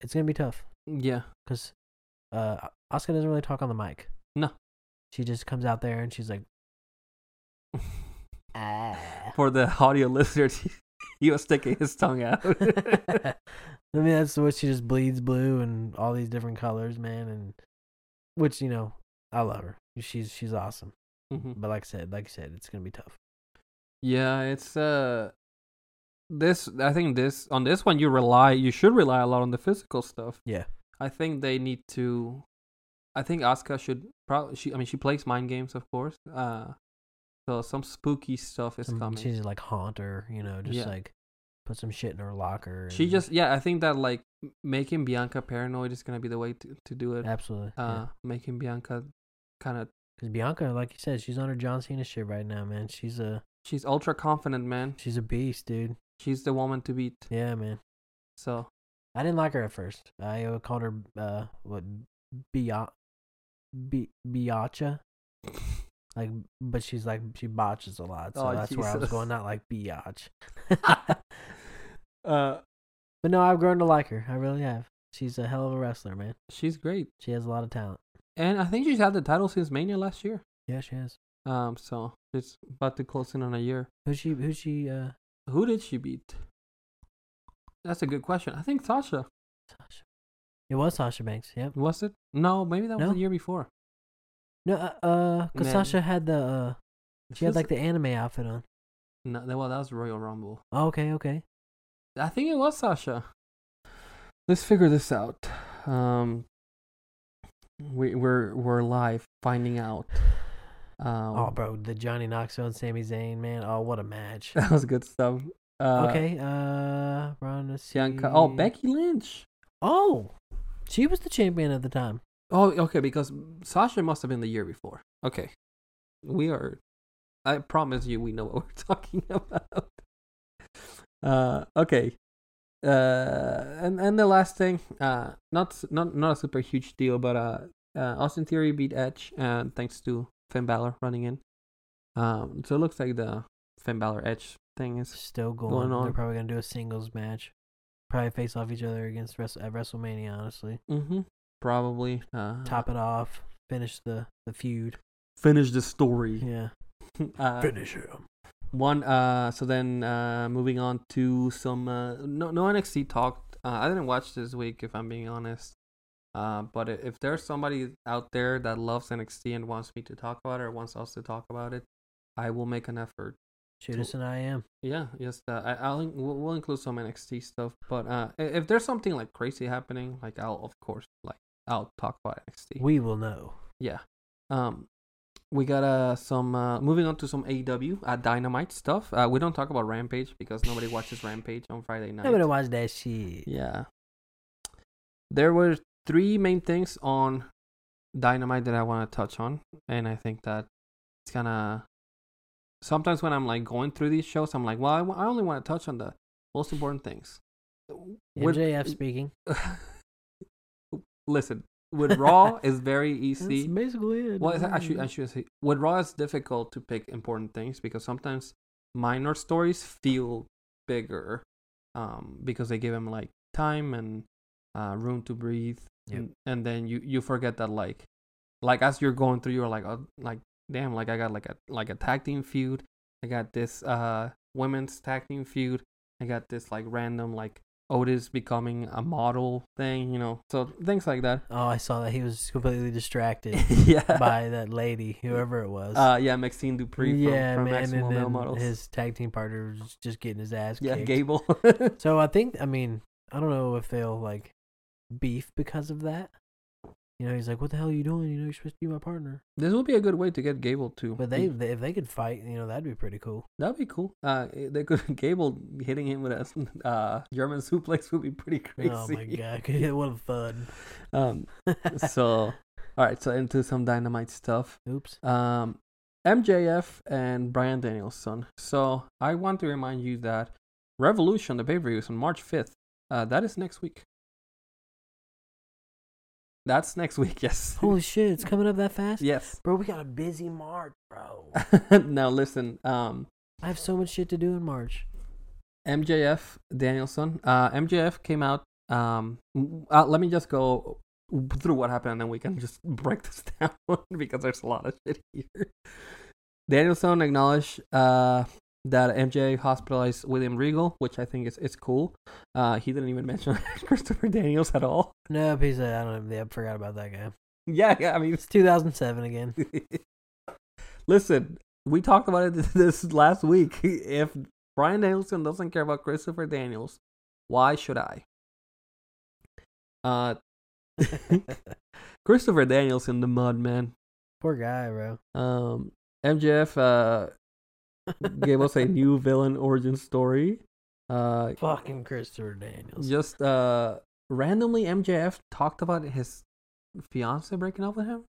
[SPEAKER 2] it's gonna be tough
[SPEAKER 1] Yeah,
[SPEAKER 2] because uh, Oscar doesn't really talk on the mic.
[SPEAKER 1] No.
[SPEAKER 2] she just comes out there and she's like, ah.
[SPEAKER 1] for the audio listeners, he, he was sticking his tongue out.
[SPEAKER 2] I mean, that's what she just bleeds blue and all these different colors, man. And which you know, I love her. She's she's awesome.
[SPEAKER 1] Mhm.
[SPEAKER 2] But like I said, like I said, it's gonna be tough.
[SPEAKER 1] Yeah, it's uh, this I think this on this one you rely you should rely a lot on the physical stuff.
[SPEAKER 2] Yeah.
[SPEAKER 1] I think they need to. I think Asuka should probably she I mean she plays mind games of course. Uh, so some spooky stuff is
[SPEAKER 2] Some-
[SPEAKER 1] coming.
[SPEAKER 2] She's like haunt her, you know, just
[SPEAKER 1] Yeah.
[SPEAKER 2] like put some shit in her locker.
[SPEAKER 1] She
[SPEAKER 2] and-
[SPEAKER 1] just yeah, I think that like m- making Bianca paranoid is gonna be the way to, to do it.
[SPEAKER 2] absolutely
[SPEAKER 1] Uh, making Bianca kind of
[SPEAKER 2] because Bianca, like you said, she's on her John Cena shit right now, man. She's a
[SPEAKER 1] she's ultra confident, man.
[SPEAKER 2] she's a beast, dude.
[SPEAKER 1] She's the woman to beat.
[SPEAKER 2] Yeah, man.
[SPEAKER 1] So
[SPEAKER 2] I didn't like her at first. I uh, called her uh what Bia Bi- Biacha. Like, but she's like she botches a lot, so
[SPEAKER 1] Oh,
[SPEAKER 2] that's where I was
[SPEAKER 1] Jesus.
[SPEAKER 2] going. Not like biatch.
[SPEAKER 1] Uh,
[SPEAKER 2] But no, I've grown to like her. I really have. She's a hell of a wrestler, man.
[SPEAKER 1] she's great,
[SPEAKER 2] She has a lot of talent.
[SPEAKER 1] and I think she's had the title since Mania last year.
[SPEAKER 2] Yeah, she has.
[SPEAKER 1] Um, so it's about to close in on a year.
[SPEAKER 2] Who's she? Who's she? Uh,
[SPEAKER 1] Who did she beat? That's a good question. I think Sasha
[SPEAKER 2] Sasha. It was Sasha Banks. Yep.
[SPEAKER 1] was it? No, maybe that was
[SPEAKER 2] No.
[SPEAKER 1] the year before.
[SPEAKER 2] No, uh, uh 'cause
[SPEAKER 1] Man.
[SPEAKER 2] Sasha had the uh, she had like the anime outfit on.
[SPEAKER 1] no, that- well, that was Royal Rumble.
[SPEAKER 2] Oh, okay, okay.
[SPEAKER 1] I think it was Sasha. Let's figure this out. Um, we we're we're live finding out. Um,
[SPEAKER 2] Oh, bro, the Johnny Knoxville and Sami Zayn, man. Oh, what a match.
[SPEAKER 1] that was good stuff. Uh,
[SPEAKER 2] okay, uh, Ronda.
[SPEAKER 1] Bianca. Oh, Becky Lynch.
[SPEAKER 2] Oh, she was the champion at the time.
[SPEAKER 1] Oh, okay. Because Sasha must have been the year before. Okay, we are. I promise you, we know what we're talking about. Uh, okay. Uh, and and the last thing, uh, not s- not not a super huge deal, but uh, uh Austin Theory beat Edge, and thanks to Finn Balor running in. Um, so it looks like the Finn Balor Edge thing is
[SPEAKER 2] Still going.
[SPEAKER 1] Going on.
[SPEAKER 2] They're probably gonna do a singles match. Probably face off each other against Wrest- at WrestleMania. Honestly,
[SPEAKER 1] mm-hmm, probably uh,
[SPEAKER 2] top it off, finish the the feud.
[SPEAKER 1] Finish the story.
[SPEAKER 2] Yeah,
[SPEAKER 1] Uh,
[SPEAKER 2] finish him.
[SPEAKER 1] One, uh, so then uh, moving on to some uh, no no NXT talk. Uh, I didn't watch this week, if I'm being honest. Uh, but i- if there's somebody out there that loves NXT and wants me to talk about it or wants us to talk about it, I will make an effort.
[SPEAKER 2] Shoot us an IM.
[SPEAKER 1] Yeah, yes, uh, I, I'll in- we'll, we'll include some NXT stuff. But uh, i- if there's something like crazy happening, like I'll of course like I'll talk about NXT.
[SPEAKER 2] We will know.
[SPEAKER 1] Yeah. Um, we got uh, some uh, moving on to some AEW uh, Dynamite stuff. Uh, we don't talk about Rampage because nobody watches Rampage on Friday night.
[SPEAKER 2] Nobody watched that shit.
[SPEAKER 1] Yeah. There were three main things on Dynamite that I want to touch on, and I think that it's gonna. Sometimes when I'm like going through these shows, I'm like, well, I, w- I only want to touch on the most important things. With-
[SPEAKER 2] MJF speaking.
[SPEAKER 1] Listen, with Raw is very easy.
[SPEAKER 2] That's basically it.
[SPEAKER 1] Well, it's actually, I should say, with Raw, it's difficult to pick important things because sometimes minor stories feel bigger um, because they give them like time and uh, room to breathe,
[SPEAKER 2] Yep.
[SPEAKER 1] and, and then you you forget that like like as you're going through, you're like, oh, like damn, like I got like a like a tag team feud, I got this uh women's tag team feud, I got this like random like Otis becoming a model thing, you know, so things like that.
[SPEAKER 2] Oh, I saw that he was completely distracted
[SPEAKER 1] yeah.
[SPEAKER 2] by that lady, whoever it was.
[SPEAKER 1] Uh, yeah, Maxine Dupree from,
[SPEAKER 2] yeah,
[SPEAKER 1] from
[SPEAKER 2] man,
[SPEAKER 1] Maximum
[SPEAKER 2] and
[SPEAKER 1] Male
[SPEAKER 2] then
[SPEAKER 1] Models.
[SPEAKER 2] his tag team partner was just getting his ass
[SPEAKER 1] yeah,
[SPEAKER 2] kicked.
[SPEAKER 1] Gable.
[SPEAKER 2] So I think, I mean, I don't know if they'll like beef because of that. You know, he's like, "What the hell are you doing? You know, you're supposed to be my partner."
[SPEAKER 1] this would be a good way to get Gable too.
[SPEAKER 2] But they, they if they could fight, you know, that'd be pretty cool.
[SPEAKER 1] that'd be cool. Uh, they could Gable hitting him with a uh, German suplex would be pretty crazy.
[SPEAKER 2] Oh my god, what a fun!
[SPEAKER 1] Um, so all right, so into some dynamite stuff.
[SPEAKER 2] Oops.
[SPEAKER 1] Um, MJF and Brian Danielson. So I want to remind you that Revolution, the pay per view, is on March fifth. Uh, that is next week. That's next week. Yes.
[SPEAKER 2] Holy shit, it's coming up that fast,
[SPEAKER 1] yes.
[SPEAKER 2] bro. We got a busy March, bro.
[SPEAKER 1] now listen, um,
[SPEAKER 2] I have so much shit to do in March.
[SPEAKER 1] MJF Danielson. Uh, MJF came out. Um, w- uh, let me just go through what happened, and then we can just break this down because there's a lot of shit here. Danielson acknowledged uh, that MJ hospitalized William Regal, which I think is is cool. Uh, he didn't even mention Christopher Daniels at all.
[SPEAKER 2] No, piece of I don't. know. Yeah, I forgot about that guy.
[SPEAKER 1] Yeah, yeah. I mean,
[SPEAKER 2] It's 2007 again.
[SPEAKER 1] Listen, we talked about it this last week. If Brian Danielson doesn't care about Christopher Daniels, why should I? Uh, Christopher Danielson, the mud man.
[SPEAKER 2] Poor guy, bro.
[SPEAKER 1] Um, MJF uh, gave us a new villain origin story. Uh,
[SPEAKER 2] fucking Christopher Daniels.
[SPEAKER 1] just uh, randomly, MJF talked about his fiance breaking up with him.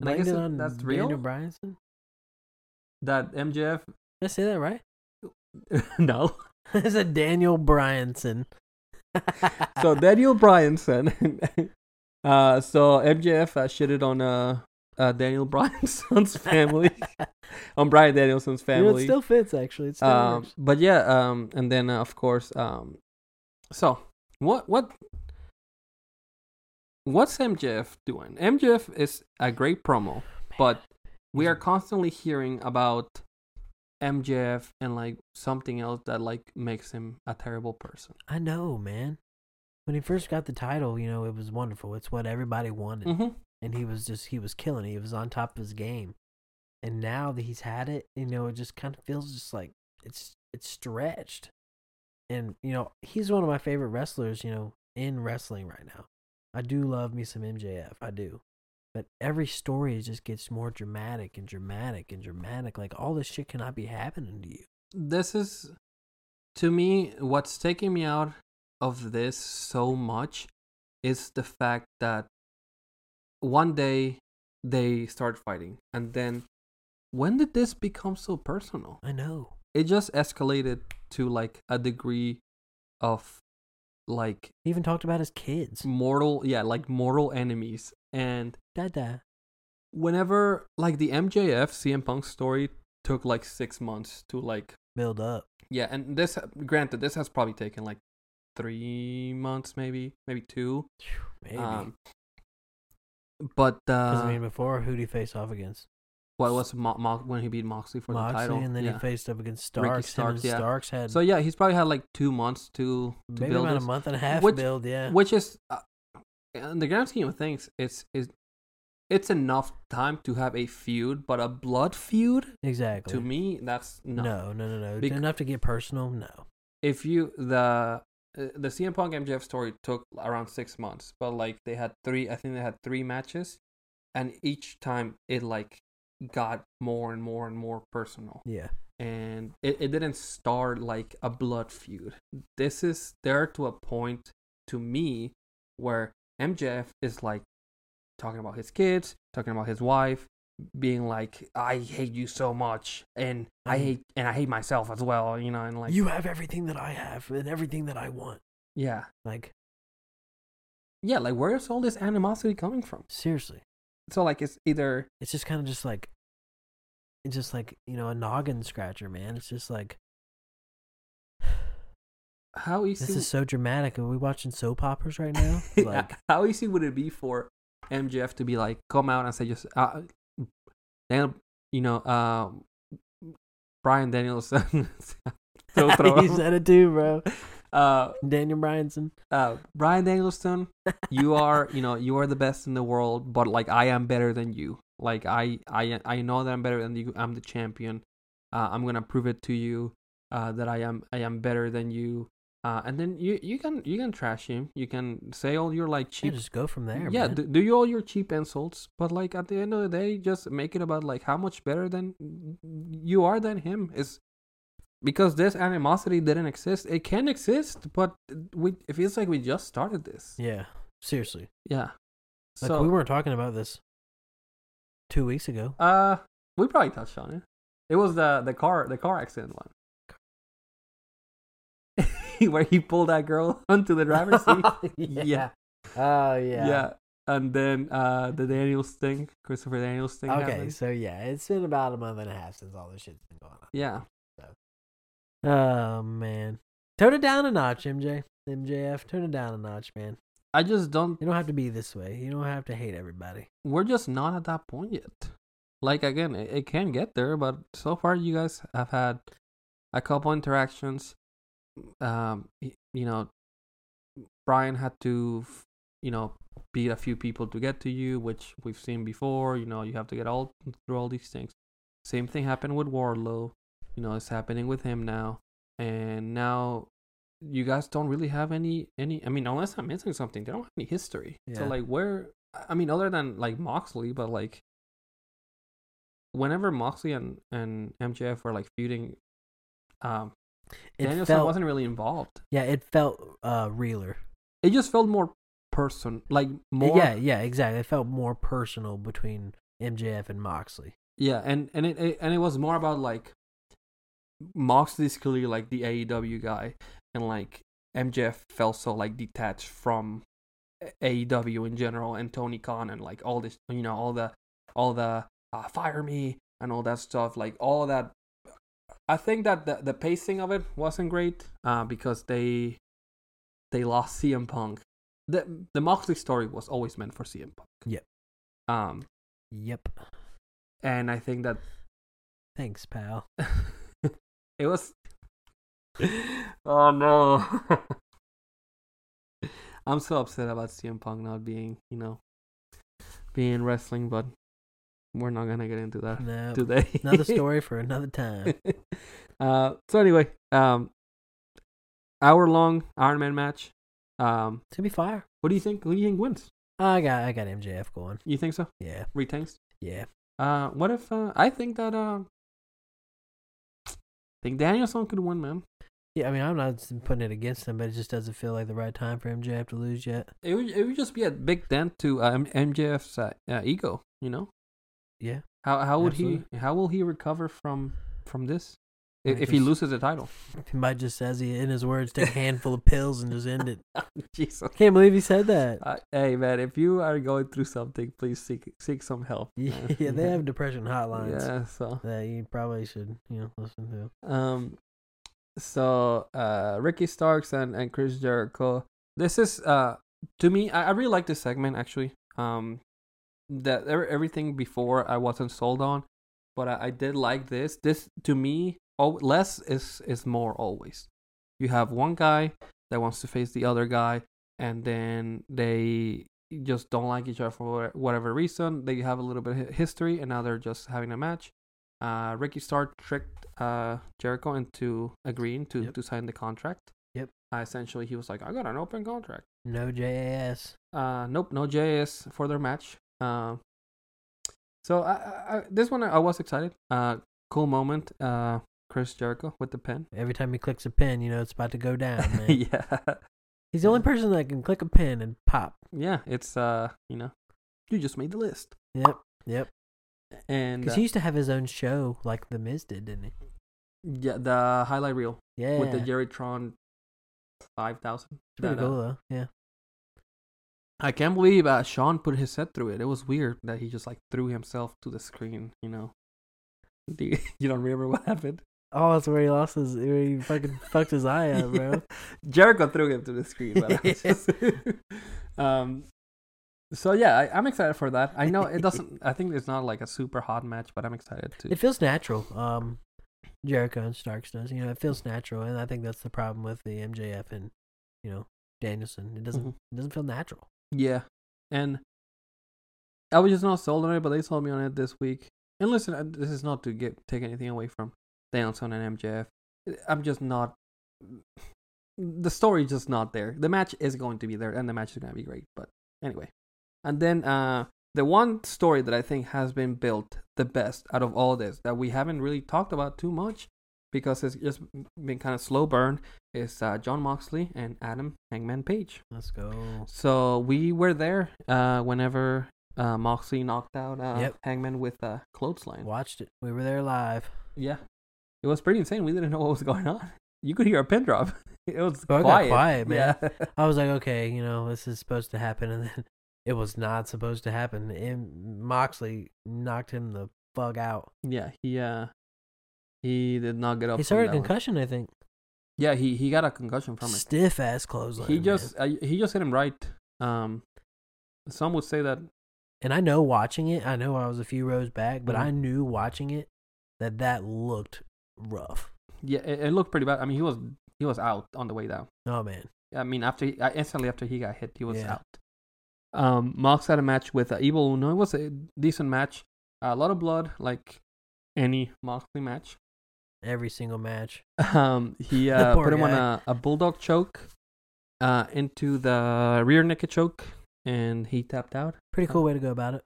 [SPEAKER 1] And I
[SPEAKER 2] Blamed
[SPEAKER 1] guess
[SPEAKER 2] it
[SPEAKER 1] it-
[SPEAKER 2] on
[SPEAKER 1] that's
[SPEAKER 2] Daniel
[SPEAKER 1] real.
[SPEAKER 2] Bryanson?
[SPEAKER 1] That MJF,
[SPEAKER 2] Did I say that right?
[SPEAKER 1] no.
[SPEAKER 2] it's a Daniel Bryanson.
[SPEAKER 1] so Daniel Bryanson. uh, so MJF uh, shitted on uh, uh, Daniel Bryanson's family. on Brian Danielson's
[SPEAKER 2] You know,
[SPEAKER 1] family.
[SPEAKER 2] it still fits actually. It still
[SPEAKER 1] um,
[SPEAKER 2] works.
[SPEAKER 1] but yeah, um, and then uh, of course, um, so what what what's MJF doing? MJF is a great promo, but we are constantly hearing about MJF and like something else that like makes him a terrible person.
[SPEAKER 2] I know, man. When he first got the title, you know, it was wonderful. It's what everybody wanted.
[SPEAKER 1] hmm
[SPEAKER 2] and he was just he was killing it. He was on top of his game. And now that he's had it, you know, it just kind of feels just like it's it's stretched. And you know, he's one of my favorite wrestlers, you know, in wrestling right now. I do love me some MJF, I do. But every story just gets more dramatic and dramatic and dramatic. Like all this shit cannot be happening to you.
[SPEAKER 1] This is to me what's taking me out of this so much is the fact that one day they start fighting and then when did this become so personal
[SPEAKER 2] I know.
[SPEAKER 1] it just escalated to like a degree of like
[SPEAKER 2] He even talked about his kids.
[SPEAKER 1] Mm. mortal yeah like mortal enemies and
[SPEAKER 2] Dada.
[SPEAKER 1] whenever like the MJF CM Punk story took like 6 months to like
[SPEAKER 2] Build up.
[SPEAKER 1] yeah, and this granted, this has probably taken like three months, maybe, maybe two.
[SPEAKER 2] Phew, Maybe.
[SPEAKER 1] Um, but uh,
[SPEAKER 2] Because I mean before who'd he face off against?
[SPEAKER 1] what was Mo- Mo- when he beat Moxley for
[SPEAKER 2] Moxley,
[SPEAKER 1] the title?
[SPEAKER 2] and then
[SPEAKER 1] yeah.
[SPEAKER 2] he faced up against
[SPEAKER 1] Ricky
[SPEAKER 2] Starks.
[SPEAKER 1] Starks,
[SPEAKER 2] Starks,
[SPEAKER 1] yeah.
[SPEAKER 2] Starks had
[SPEAKER 1] so yeah, he's probably had like two months to to
[SPEAKER 2] maybe
[SPEAKER 1] build
[SPEAKER 2] about
[SPEAKER 1] this,
[SPEAKER 2] a month and a half
[SPEAKER 1] which-
[SPEAKER 2] build. Yeah,
[SPEAKER 1] which is uh, in the grand scheme of things, it's is it's enough time to have a feud, but a blood feud
[SPEAKER 2] exactly.
[SPEAKER 1] to me, that's
[SPEAKER 2] no,
[SPEAKER 1] no.
[SPEAKER 2] no, no, no.
[SPEAKER 1] Bec-
[SPEAKER 2] Enough to get personal. No,
[SPEAKER 1] if you the uh, the CM Punk MJF story took around six months, but like they had three, I think they had three matches, and each time it like got more and more and more personal,
[SPEAKER 2] yeah,
[SPEAKER 1] and it, it didn't start like a blood feud. This is there to a point to me where MJF is like talking about his kids, talking about his wife, being like, "I hate you so much," and I
[SPEAKER 2] Mhm.
[SPEAKER 1] hate and I hate myself as well, you know, and like
[SPEAKER 2] you have everything that I have and everything that I want.
[SPEAKER 1] yeah.
[SPEAKER 2] Like
[SPEAKER 1] yeah like where is all this animosity coming from
[SPEAKER 2] seriously,
[SPEAKER 1] so like it's either
[SPEAKER 2] it's just kind of just like, it's just like you know a noggin scratcher, man. It's just like
[SPEAKER 1] how easy
[SPEAKER 2] this is so dramatic. Are we watching soap operas right now?
[SPEAKER 1] Yeah,
[SPEAKER 2] Like
[SPEAKER 1] how easy would it be for mjf to be like come out and say just uh, Daniel, you know uh brian danielson Don't throw
[SPEAKER 2] he
[SPEAKER 1] up.
[SPEAKER 2] said it too, bro.
[SPEAKER 1] uh,
[SPEAKER 2] Daniel Bryanson.
[SPEAKER 1] uh brian danielson you are you know you are the best in the world but like i am better than you like i i i know that i'm better than you i'm the champion uh, i'm gonna prove it to you uh, that i am i am better than you uh, and then you you can you can trash him you can say all your like
[SPEAKER 2] Yeah,
[SPEAKER 1] cheap
[SPEAKER 2] just go from there.
[SPEAKER 1] yeah
[SPEAKER 2] man.
[SPEAKER 1] do, do you all your cheap insults but like at the end of the day just make it about like how much better than you are than him is because this animosity didn't exist it can exist but we it feels like we just started this
[SPEAKER 2] yeah. Seriously.
[SPEAKER 1] yeah.
[SPEAKER 2] Like
[SPEAKER 1] so
[SPEAKER 2] we weren't talking about this two weeks ago.
[SPEAKER 1] uh we probably touched on it. It was the the car the car accident one. Where he pulled that girl onto the driver's seat. Yeah.
[SPEAKER 2] Oh
[SPEAKER 1] yeah.
[SPEAKER 2] yeah.
[SPEAKER 1] And then uh the Daniels thing, Christopher Daniels thing
[SPEAKER 2] Okay,
[SPEAKER 1] happened.
[SPEAKER 2] so yeah, it's been about a month and a half since all this shit's been going on.
[SPEAKER 1] Yeah.
[SPEAKER 2] Oh man. Turn it down a notch, MJ. MJF, turn it down a notch, man.
[SPEAKER 1] I just don't
[SPEAKER 2] You don't have to be this way. You don't have to hate everybody.
[SPEAKER 1] we're just not at that point yet. Like again, it, it can get there, but so far you guys have had a couple interactions. Um, y- you know, Brian had to, f- you know, beat a few people to get to you, which we've seen before. You know, you have to get all through all these things. Same thing happened with Warlow. You know, it's happening with him now, and now you guys don't really have any any. I mean, unless I'm missing something, they don't have any history. So
[SPEAKER 2] Yeah.
[SPEAKER 1] like, where I- I mean, other than like Moxley, but like whenever Moxley and and MJF were like feuding, um,
[SPEAKER 2] It
[SPEAKER 1] Danielson
[SPEAKER 2] felt
[SPEAKER 1] wasn't really involved.
[SPEAKER 2] Yeah, it felt uh realer.
[SPEAKER 1] It just felt more person, like more.
[SPEAKER 2] Yeah, yeah, exactly. It felt more personal between MJF and Moxley.
[SPEAKER 1] Yeah, and and it, it and it was more about like Moxley's clearly like the AEW guy, and like MJF felt so like E detached from AEW in general and Tony Khan and like all this, you know, all the all the uh, fire me and all that stuff. Like all that. I think that the, the pacing of it wasn't great uh, because they they lost CM Punk. The the Moxley story was always meant for CM Punk.
[SPEAKER 2] Yep.
[SPEAKER 1] Um,
[SPEAKER 2] Yep.
[SPEAKER 1] and I think that
[SPEAKER 2] Thanks, pal.
[SPEAKER 1] it was. oh no. I'm so upset about CM Punk not being, you know, being in wrestling, but we're not gonna get into that
[SPEAKER 2] No.
[SPEAKER 1] today.
[SPEAKER 2] Another story for another time.
[SPEAKER 1] uh, so anyway, um, hour long Iron Man match. Um,
[SPEAKER 2] It's gonna be fire.
[SPEAKER 1] what do you think? Who do you think wins?
[SPEAKER 2] I got I got MJF going.
[SPEAKER 1] You think so?
[SPEAKER 2] Yeah.
[SPEAKER 1] Retains?
[SPEAKER 2] Yeah.
[SPEAKER 1] Uh, what if uh, I think that uh, think Danielson could win, man.
[SPEAKER 2] Yeah, I mean, I'm not putting it against him, but it just doesn't feel like the right time for MJF to lose yet.
[SPEAKER 1] It would it would just be a big dent to uh, M- MJF's uh, uh, ego, you know.
[SPEAKER 2] Yeah.
[SPEAKER 1] How how would
[SPEAKER 2] Absolutely.
[SPEAKER 1] he how will he recover from from this
[SPEAKER 2] I
[SPEAKER 1] if, if he
[SPEAKER 2] just-
[SPEAKER 1] loses the title?
[SPEAKER 2] He might just says he in his words take a handful of pills and just end it.
[SPEAKER 1] Oh, Jesus.
[SPEAKER 2] Can't believe he said that.
[SPEAKER 1] Uh, hey man, if you are going through something, please seek seek some help. man.
[SPEAKER 2] Yeah, they have depression hotlines
[SPEAKER 1] Yeah, so
[SPEAKER 2] that you probably should you know listen to.
[SPEAKER 1] um, so uh, Ricky Starks and and Chris Jericho. This is uh to me, I, I really like this segment actually. Um, that ev- everything before I wasn't sold on, but I, I did like this. This to me, oh, less is is more always. You have one guy that wants to face the other guy, and then they just don't like each other for wha- whatever reason. They have a little bit of hi- history, and now they're just having a match. Uh, Ricky Starr tricked uh, Jericho into agreeing to,
[SPEAKER 2] Yep.
[SPEAKER 1] to sign the contract.
[SPEAKER 2] Yep.
[SPEAKER 1] Uh, essentially, he was like, "I got an open contract."
[SPEAKER 2] No JAS.
[SPEAKER 1] Uh, nope, no JS for their match. Uh, so I, I, I- this one I was excited. Uh, cool moment. Uh, Chris Jericho with the pen.
[SPEAKER 2] Every time he clicks a pin, you know it's about to go down, man.
[SPEAKER 1] yeah,
[SPEAKER 2] He's the only person that can click a pin and pop.
[SPEAKER 1] yeah. It's uh, you know, you just made the list.
[SPEAKER 2] Yep, yep.
[SPEAKER 1] And
[SPEAKER 2] Because
[SPEAKER 1] uh,
[SPEAKER 2] he used to have his own show like The Miz did, didn't he?
[SPEAKER 1] yeah, the highlight reel
[SPEAKER 2] Yeah.
[SPEAKER 1] with the Jerrytron five thousand. uh,
[SPEAKER 2] It's pretty cool though. Yeah.
[SPEAKER 1] I can't believe uh, Sean put his head through it. It was weird that he just like threw himself to the screen. You know, Do you, you don't remember what happened?
[SPEAKER 2] Oh, that's where he lost his. Where he fucking fucked his eye up, bro.
[SPEAKER 1] Jericho threw him to the screen. But I was just- um, so yeah, I, I'm excited for that. I know it doesn't. I think it's not like a super hot match, but I'm excited to.
[SPEAKER 2] It feels natural. Um, Jericho and Starks does. You know, it feels natural, and I think that's the problem with the MJF and you know Danielson. It doesn't.
[SPEAKER 1] Mhm.
[SPEAKER 2] It doesn't feel natural.
[SPEAKER 1] Yeah, and I was just not sold on it, but they sold me on it this week. And listen, I- this is not to get take anything away from Danielson and MJF. I'm just not. The story is just not there. The match is going to be there, and the match is going to be great. But anyway, and then uh, the one story that I think has been built the best out of all this that we haven't really talked about too much because it's just been kind of slow burn is uh, John Moxley and Adam Hangman Page.
[SPEAKER 2] Let's go.
[SPEAKER 1] So we were there uh, whenever uh, Moxley knocked out uh,
[SPEAKER 2] Yep.
[SPEAKER 1] Hangman with a clothesline.
[SPEAKER 2] Watched it. We were there live.
[SPEAKER 1] Yeah, it was pretty insane. We didn't know what was going on. You could hear a pin drop. It was
[SPEAKER 2] Bro, it got
[SPEAKER 1] quiet.
[SPEAKER 2] quiet, man.
[SPEAKER 1] Yeah.
[SPEAKER 2] I was like, okay, you know, this is supposed to happen, and then it was not supposed to happen. And Moxley knocked him the fuck out.
[SPEAKER 1] yeah, he uh, he did not get up.
[SPEAKER 2] he
[SPEAKER 1] from
[SPEAKER 2] started a
[SPEAKER 1] that one.
[SPEAKER 2] concussion, I think.
[SPEAKER 1] Yeah, he he got a concussion from it.
[SPEAKER 2] Stiff ass clothesline.
[SPEAKER 1] He
[SPEAKER 2] man.
[SPEAKER 1] just uh, he just hit him right. Um, some would say that
[SPEAKER 2] and I know watching it, I know I was a few rows back, but
[SPEAKER 1] Mhm.
[SPEAKER 2] I knew watching it that that looked rough.
[SPEAKER 1] yeah, it, it looked pretty bad. I mean, he was he was out on the way down.
[SPEAKER 2] Oh man,
[SPEAKER 1] I mean, after he, uh, instantly after he got hit, he was
[SPEAKER 2] Yeah.
[SPEAKER 1] out. Um, Mox had a match with uh, Evil Uno. It was a decent match. a lot of blood, like any Moxley match.
[SPEAKER 2] every single match.
[SPEAKER 1] Um, he uh,
[SPEAKER 2] Poor
[SPEAKER 1] put him on
[SPEAKER 2] guy.
[SPEAKER 1] a, a bulldog choke, uh, into the rear naked choke, and he tapped out.
[SPEAKER 2] Pretty cool way to go about it.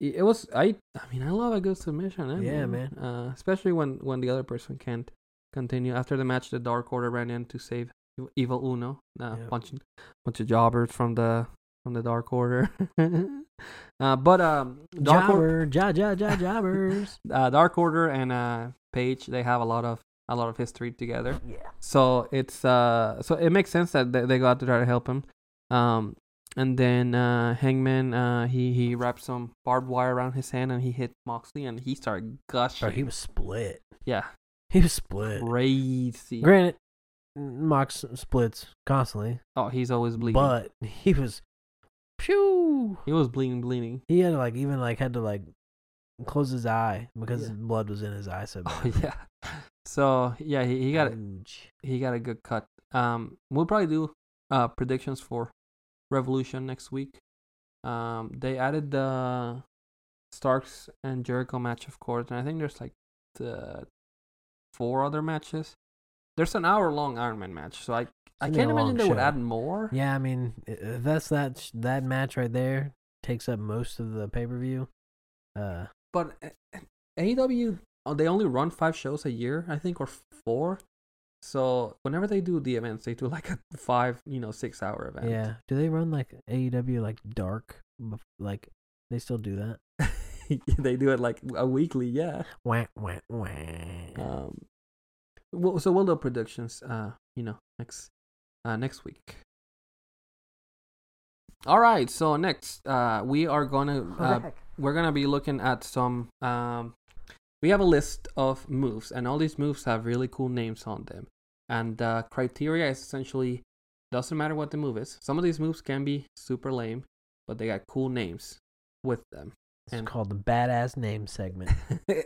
[SPEAKER 1] It it was I. I mean, I love a good submission. eh,
[SPEAKER 2] Yeah, man.
[SPEAKER 1] Uh, especially when when the other person can't continue after the match. The Dark Order ran in to save Ev- Evil Uno. Uh,
[SPEAKER 2] Yeah.
[SPEAKER 1] bunch of bunch of jobbers from the from the Dark Order. uh, but um, Dark Order,
[SPEAKER 2] Jobber, ja ja ja jobbers.
[SPEAKER 1] uh, Dark Order and uh, Page, they have a lot of a lot of history together.
[SPEAKER 2] yeah.
[SPEAKER 1] So it's uh so it makes sense that they, they got to try to help him. Um And then uh, Hangman, uh, he he wrapped some barbed wire around his hand and he hit Moxley and he started gushing.
[SPEAKER 2] Bro, he was split.
[SPEAKER 1] yeah,
[SPEAKER 2] He was split.
[SPEAKER 1] crazy.
[SPEAKER 2] Granted, Mox splits constantly,
[SPEAKER 1] Oh, he's always bleeding.
[SPEAKER 2] but he was, phew.
[SPEAKER 1] he was bleeding, bleeding.
[SPEAKER 2] He had to like even like had to like close his eye because
[SPEAKER 1] Yeah.
[SPEAKER 2] his blood was in his eye. So bad.
[SPEAKER 1] Oh yeah. So yeah, he, he got it.
[SPEAKER 2] Ouch.
[SPEAKER 1] he got a good cut. Um, we'll probably do uh predictions for Revolution next week. Um, they added the Starks and Jericho match, of course, and I think there's like the four other matches. There's an hour long Iron Man match, so I I
[SPEAKER 2] gonna be
[SPEAKER 1] can't
[SPEAKER 2] a
[SPEAKER 1] imagine
[SPEAKER 2] long
[SPEAKER 1] they would
[SPEAKER 2] show.
[SPEAKER 1] add more.
[SPEAKER 2] Yeah, I mean i- if that's that sh- that match right there takes up most of the pay per view. Uh,
[SPEAKER 1] But uh, uh, AEW uh, they only run five shows a year, I think, or four. So whenever they do the events, they do like a five, you know, six hour event.
[SPEAKER 2] yeah. Do they run like AEW like dark? bef- Like they still do that?
[SPEAKER 1] they do it like a weekly, yeah.
[SPEAKER 2] Wah wah wah.
[SPEAKER 1] Um, well, so we'll do predictions. Uh, you know, next uh, next week. All right. So next, uh, we are gonna uh, we're gonna be looking at some. Um, we have a list of moves, and all these moves have really cool names on them. And uh, criteria is essentially doesn't matter what the move is. Some of these moves can be super lame, but they got cool names with them.
[SPEAKER 2] It's called the badass name segment.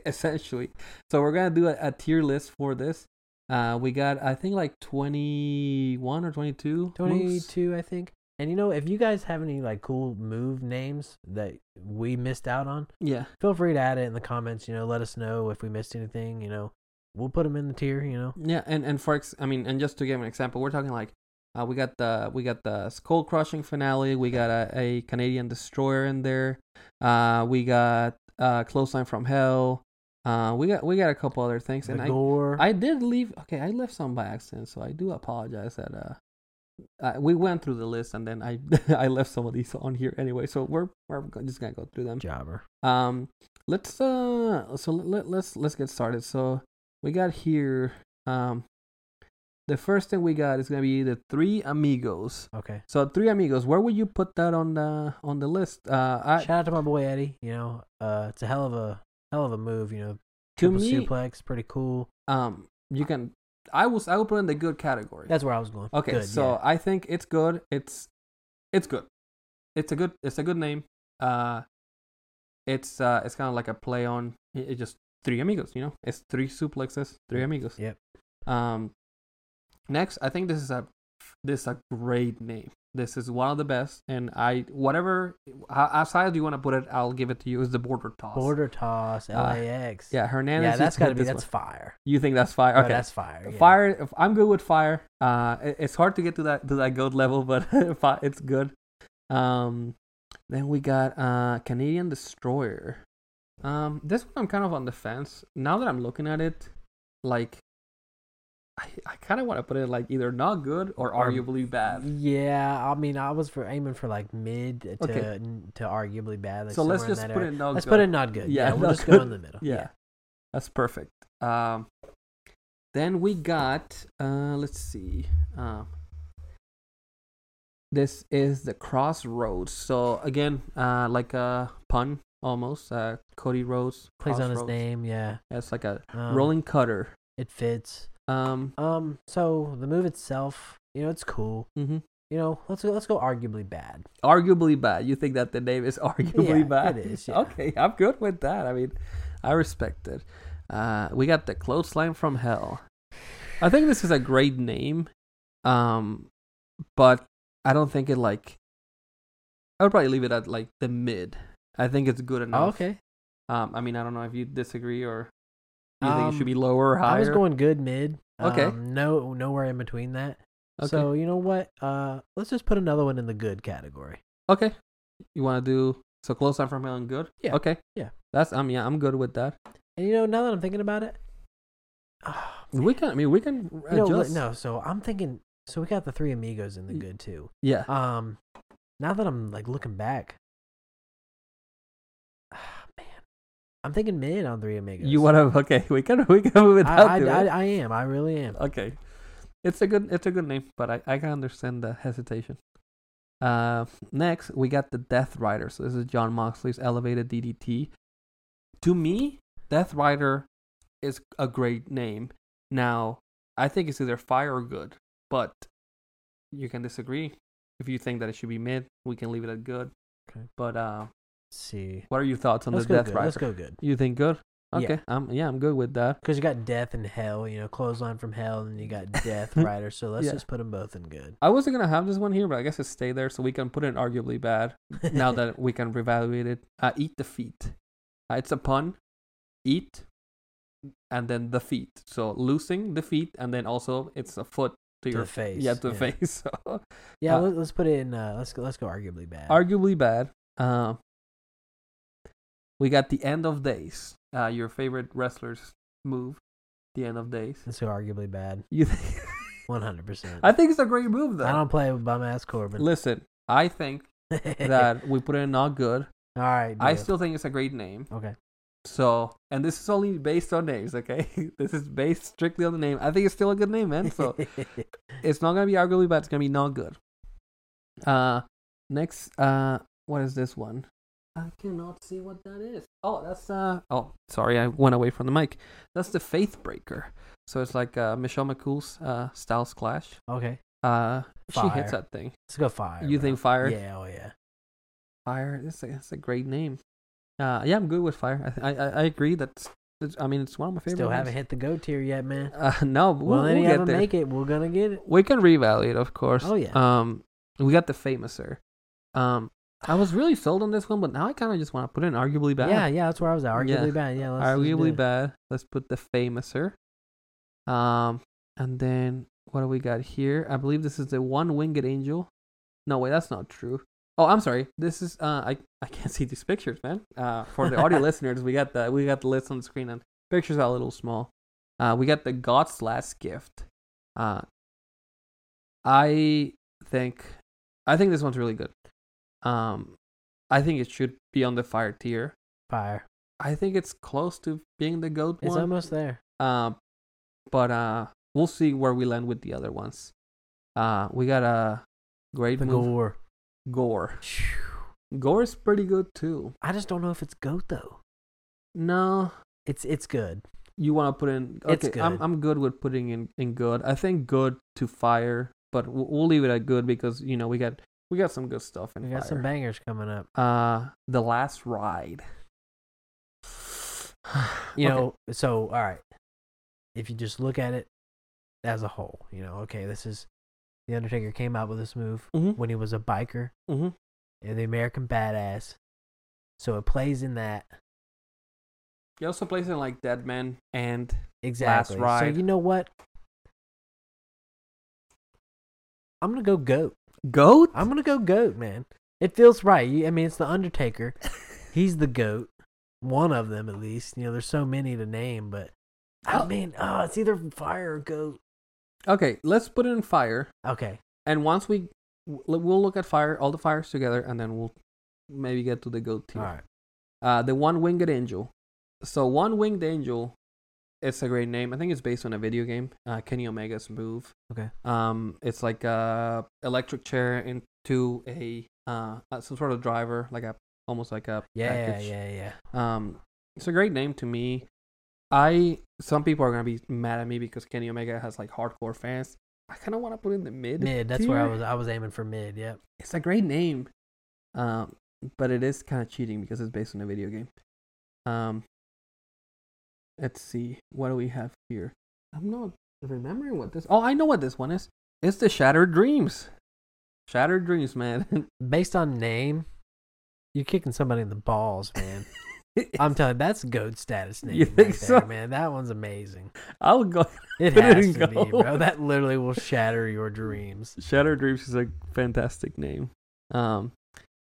[SPEAKER 1] essentially. So we're gonna do a, a tier list for this. Uh, we got I think like twenty one or twenty two.
[SPEAKER 2] Twenty two, I think. And you know, if you guys have any like cool move names that we missed out on,
[SPEAKER 1] Yeah,
[SPEAKER 2] feel free to add it in the comments. You know, let us know if we missed anything. You know, we'll put them in the tier. You know,
[SPEAKER 1] yeah, and and for ex- I mean, and just to give an example, we're talking like. Uh, we got the we got the skull crushing finale. We got a, a Canadian destroyer in there. Uh, we got uh, clothesline from hell. Uh, we got we got a couple other things.
[SPEAKER 2] the
[SPEAKER 1] And I,
[SPEAKER 2] gore.
[SPEAKER 1] I did leave. Okay, I left some by accident, so I do apologize that uh, uh we went through the list and then I I left some of these on here anyway. So we're we're go- just gonna go through them.
[SPEAKER 2] jobber.
[SPEAKER 1] Um, let's uh, so let, let, let's let's get started. So we got here. Um, the first thing we got is gonna be the three amigos.
[SPEAKER 2] Okay.
[SPEAKER 1] So three amigos. Where would you put that on the on the list? Uh, I,
[SPEAKER 2] Shout out to my boy Eddie. You know, uh, it's a hell of a hell of a move. You know,
[SPEAKER 1] to
[SPEAKER 2] triple
[SPEAKER 1] me,
[SPEAKER 2] suplex, pretty cool.
[SPEAKER 1] um, you can. I was I would put it in the good category.
[SPEAKER 2] That's where I was going.
[SPEAKER 1] Okay,
[SPEAKER 2] Good,
[SPEAKER 1] so I think it's good. It's it's good. It's a good it's a good name. Uh it's uh it's kind of like a play on it, it just three amigos, you know? It's three suplexes, three amigos.
[SPEAKER 2] Yep.
[SPEAKER 1] Um next, I think this is a this is a great name. This is one of the best and I whatever how, how side you want to put it, I'll give it to you is the border toss.
[SPEAKER 2] yeah. border toss, LAX.
[SPEAKER 1] Uh, Yeah, Hernandez.
[SPEAKER 2] yeah,
[SPEAKER 1] you
[SPEAKER 2] that's
[SPEAKER 1] put
[SPEAKER 2] gotta be
[SPEAKER 1] this
[SPEAKER 2] that's
[SPEAKER 1] one.
[SPEAKER 2] fire.
[SPEAKER 1] You think that's fire?
[SPEAKER 2] Bro,
[SPEAKER 1] Okay.
[SPEAKER 2] that's fire. yeah.
[SPEAKER 1] Fire. If I'm good with fire. Uh, it- it's hard to get to that to that goat level, but fi- it's good. Um, then we got uh Canadian Destroyer. Um, this one I'm kind of on the fence. Now that I'm looking at it, like, I I kind of want to put it like either not good or
[SPEAKER 2] Or-
[SPEAKER 1] arguably bad.
[SPEAKER 2] Yeah, I mean, I was for aiming for like mid to
[SPEAKER 1] Okay.
[SPEAKER 2] n- to arguably bad. Like
[SPEAKER 1] so let's
[SPEAKER 2] somewhere in
[SPEAKER 1] just
[SPEAKER 2] that
[SPEAKER 1] put
[SPEAKER 2] area.
[SPEAKER 1] it not.
[SPEAKER 2] Let's
[SPEAKER 1] good.
[SPEAKER 2] put it not good.
[SPEAKER 1] Yeah,
[SPEAKER 2] Yeah, we'll
[SPEAKER 1] not
[SPEAKER 2] just go
[SPEAKER 1] good.
[SPEAKER 2] in the middle.
[SPEAKER 1] Yeah. That's perfect. Um, then we got, uh, let's see. Um, this is the crossroads. So again, uh, like a pun almost. Uh, Cody Rhodes
[SPEAKER 2] plays on his
[SPEAKER 1] Crossroads.
[SPEAKER 2] name. Yeah,
[SPEAKER 1] It's like a
[SPEAKER 2] Um,
[SPEAKER 1] rolling cutter.
[SPEAKER 2] It fits.
[SPEAKER 1] Um,
[SPEAKER 2] Um, so the move itself, you know, it's cool.
[SPEAKER 1] mhm.
[SPEAKER 2] You know, let's go, let's go arguably bad.
[SPEAKER 1] arguably bad. You think that the name is arguably
[SPEAKER 2] Yeah,
[SPEAKER 1] bad?
[SPEAKER 2] it is, yeah.
[SPEAKER 1] Okay, I'm good with that. I mean, I respect it. Uh, we got the clothesline from hell. I think this is a great name, um, but I don't think it like. I would probably leave it at like the mid. I think it's good enough.
[SPEAKER 2] okay.
[SPEAKER 1] Um, I mean, I don't know if you disagree or you think it should
[SPEAKER 2] Um,
[SPEAKER 1] be lower or higher.
[SPEAKER 2] I was going good mid.
[SPEAKER 1] Okay.
[SPEAKER 2] Um, no, nowhere in between that.
[SPEAKER 1] Okay.
[SPEAKER 2] So you know what? Uh, let's just put another one in the good category.
[SPEAKER 1] Okay. You want to do so close on from hell and good?
[SPEAKER 2] Yeah,
[SPEAKER 1] Okay.
[SPEAKER 2] yeah.
[SPEAKER 1] That's I'm yeah I'm good with that.
[SPEAKER 2] And you know, now that I'm thinking about it, ah,
[SPEAKER 1] We can. I mean, we can
[SPEAKER 2] you know, li-
[SPEAKER 1] adjust.
[SPEAKER 2] no. So I'm thinking. So we got the three amigos in the
[SPEAKER 1] Y-
[SPEAKER 2] good too.
[SPEAKER 1] Yeah.
[SPEAKER 2] Um, now that I'm like looking back, ah, man, I'm thinking mid on three amigos.
[SPEAKER 1] You want to? Okay. We can. We can move it
[SPEAKER 2] I,
[SPEAKER 1] out
[SPEAKER 2] I,
[SPEAKER 1] to
[SPEAKER 2] I,
[SPEAKER 1] it.
[SPEAKER 2] I am. I really am.
[SPEAKER 1] Okay. It's a good. It's a good name, but I, I can understand the hesitation. Uh, next, we got the Death Rider. So this is John Moxley's elevated DDT. To me, Death Rider is a great name. Now, I think it's either fire or good, but you can disagree. If you think that it should be mid, we can leave it at good.
[SPEAKER 2] Okay.
[SPEAKER 1] But uh,
[SPEAKER 2] see.
[SPEAKER 1] what are your thoughts on
[SPEAKER 2] Let's
[SPEAKER 1] the
[SPEAKER 2] go
[SPEAKER 1] Death
[SPEAKER 2] good.
[SPEAKER 1] Rider?
[SPEAKER 2] Let's go good.
[SPEAKER 1] You think good?
[SPEAKER 2] Yeah.
[SPEAKER 1] Okay, I'm yeah, I'm good with that.
[SPEAKER 2] Because you got death and hell, you know, clothesline from hell, and you got death rider. So let's
[SPEAKER 1] Yeah.
[SPEAKER 2] just put them both in good.
[SPEAKER 1] I wasn't gonna have this one here, but I guess it stayed there so we can put it in arguably bad. now that we can reevaluate it. Uh, eat the feet. Uh, it's a pun. Eat, and then the feet. So losing the feet, and then also it's a foot to,
[SPEAKER 2] to
[SPEAKER 1] your
[SPEAKER 2] the face,
[SPEAKER 1] Yeah, to the face. So
[SPEAKER 2] Yeah,
[SPEAKER 1] Uh,
[SPEAKER 2] let, let's put it in. Uh, let's go. Let's go. Arguably bad.
[SPEAKER 1] arguably bad. Uh, we got the end of days. Uh, your favorite wrestler's move, the end of days.
[SPEAKER 2] let's go. Arguably bad.
[SPEAKER 1] You think?
[SPEAKER 2] One hundred percent.
[SPEAKER 1] I think it's a great move though.
[SPEAKER 2] I don't play with bum ass Corbin.
[SPEAKER 1] Listen, I think
[SPEAKER 2] Eh,
[SPEAKER 1] that we put it in not good.
[SPEAKER 2] All right.
[SPEAKER 1] I
[SPEAKER 2] deal.
[SPEAKER 1] still think it's a great name.
[SPEAKER 2] okay.
[SPEAKER 1] So, and this is only based on names, okay? this is based strictly on the name. I think it's still a good name, man. So it's not gonna be arguably bad. It's gonna be not good. Uh, next, uh, what is this one? I cannot see what that is. Oh, that's uh. Oh, sorry, I went away from the mic. That's the Faith Breaker. So it's like uh, Michelle McCool's uh, Styles Clash.
[SPEAKER 2] okay.
[SPEAKER 1] Uh, she hits
[SPEAKER 2] Fire.
[SPEAKER 1] that thing.
[SPEAKER 2] Let's go fire.
[SPEAKER 1] you
[SPEAKER 2] bro.
[SPEAKER 1] think fire?
[SPEAKER 2] Yeah. Oh yeah.
[SPEAKER 1] Fire. That's a, that's a great name. Uh, yeah, I'm good with fire. I th- I, I, I agree. That's, that's. I mean, it's one of my favorite.
[SPEAKER 2] Still
[SPEAKER 1] names.
[SPEAKER 2] haven't hit the go tier yet, man.
[SPEAKER 1] Uh, no, but we'll,
[SPEAKER 2] well, any
[SPEAKER 1] we'll
[SPEAKER 2] of
[SPEAKER 1] get
[SPEAKER 2] them
[SPEAKER 1] there.
[SPEAKER 2] make it, we're gonna get it.
[SPEAKER 1] We can reevaluate, of course.
[SPEAKER 2] Oh, yeah.
[SPEAKER 1] Um, we got the famouser. Um, I was really sold on this one, but now I kind of just want to put in arguably bad.
[SPEAKER 2] Yeah, yeah. That's where I was at. Arguably
[SPEAKER 1] Yeah.
[SPEAKER 2] bad. Yeah. Let's, let's do
[SPEAKER 1] arguably
[SPEAKER 2] it.
[SPEAKER 1] bad. Let's put the famouser. Um, and then what do we got here? I believe this is the one-winged angel. No, wait, that's not true. Oh, I'm sorry. This is uh, I I can't see these pictures, man. Uh, for the audio listeners, we got the we got the list on the screen, and pictures are a little small. Uh, we got the God's last gift. Uh, I think, I think this one's really good. Um, I think it should be on the fire tier.
[SPEAKER 2] Fire.
[SPEAKER 1] I think it's close to being the goat
[SPEAKER 2] It's
[SPEAKER 1] one.
[SPEAKER 2] almost there.
[SPEAKER 1] Um, but uh, we'll see where we land with the other ones. Uh, we got a great
[SPEAKER 2] The
[SPEAKER 1] move.
[SPEAKER 2] gore.
[SPEAKER 1] Gore.
[SPEAKER 2] Phew.
[SPEAKER 1] Gore is pretty good too.
[SPEAKER 2] I just don't know if it's goat though.
[SPEAKER 1] No,
[SPEAKER 2] It's it's good.
[SPEAKER 1] you want to put in? Okay,
[SPEAKER 2] It's
[SPEAKER 1] I'm
[SPEAKER 2] good.
[SPEAKER 1] I'm good with putting in in good. I think good to fire, but we'll, we'll leave it at good because you know we got we got some good stuff in
[SPEAKER 2] We got some
[SPEAKER 1] fire.
[SPEAKER 2] bangers coming up.
[SPEAKER 1] uh, the last ride. Okay.
[SPEAKER 2] You know, so all right. If you just look at it as a whole, you know, okay, this is the Undertaker came out with this move
[SPEAKER 1] Mhm.
[SPEAKER 2] when he was a biker
[SPEAKER 1] Mhm.
[SPEAKER 2] and the American badass. So it plays in that
[SPEAKER 1] He also plays in like Dead Man and
[SPEAKER 2] exactly. So
[SPEAKER 1] ride.
[SPEAKER 2] you know what? I'm gonna go goat.
[SPEAKER 1] Goat.
[SPEAKER 2] I'm gonna go goat, man. It feels right. You- I mean, it's the Undertaker. He's the goat. One of them, at least. You know, there's so many to name, but I
[SPEAKER 1] Oh.
[SPEAKER 2] mean, oh, it's either fire or goat.
[SPEAKER 1] Okay, let's put it in fire,
[SPEAKER 2] Okay,
[SPEAKER 1] and once we w- we'll look at fire, all the fires together, and then we'll maybe get to the goat tier.
[SPEAKER 2] all right.
[SPEAKER 1] Uh, the one winged angel. So one winged angel, it's a great name. I think it's based on a video game, uh, Kenny Omega's move.
[SPEAKER 2] Okay.
[SPEAKER 1] Um, it's like a electric chair into a uh uh, some sort of driver, like a almost like a
[SPEAKER 2] Yeah,
[SPEAKER 1] package.
[SPEAKER 2] yeah, yeah.
[SPEAKER 1] Um, it's a great name to me. I some people are gonna be mad at me because Kenny Omega has like hardcore fans. I kind of want to put in the mid.
[SPEAKER 2] Mid. That's where I
[SPEAKER 1] tier.
[SPEAKER 2] was. I was aiming for mid. Yep.
[SPEAKER 1] It's a great name, um, but it is kind of cheating because it's based on a video game. Um, let's see, what do we have here? I'm not remembering what this. Oh, I know what this one is. It's the Shattered Dreams. Shattered Dreams, man.
[SPEAKER 2] Based on name, you're kicking somebody in the balls, man. I'm telling you, that's goat status name.
[SPEAKER 1] You
[SPEAKER 2] right
[SPEAKER 1] think
[SPEAKER 2] there,
[SPEAKER 1] so?
[SPEAKER 2] man? That one's amazing.
[SPEAKER 1] I'll go.
[SPEAKER 2] It
[SPEAKER 1] Put it
[SPEAKER 2] has
[SPEAKER 1] in
[SPEAKER 2] to be,
[SPEAKER 1] goat.
[SPEAKER 2] bro. That literally will shatter your dreams.
[SPEAKER 1] Shattered Dreams is a fantastic name. Um,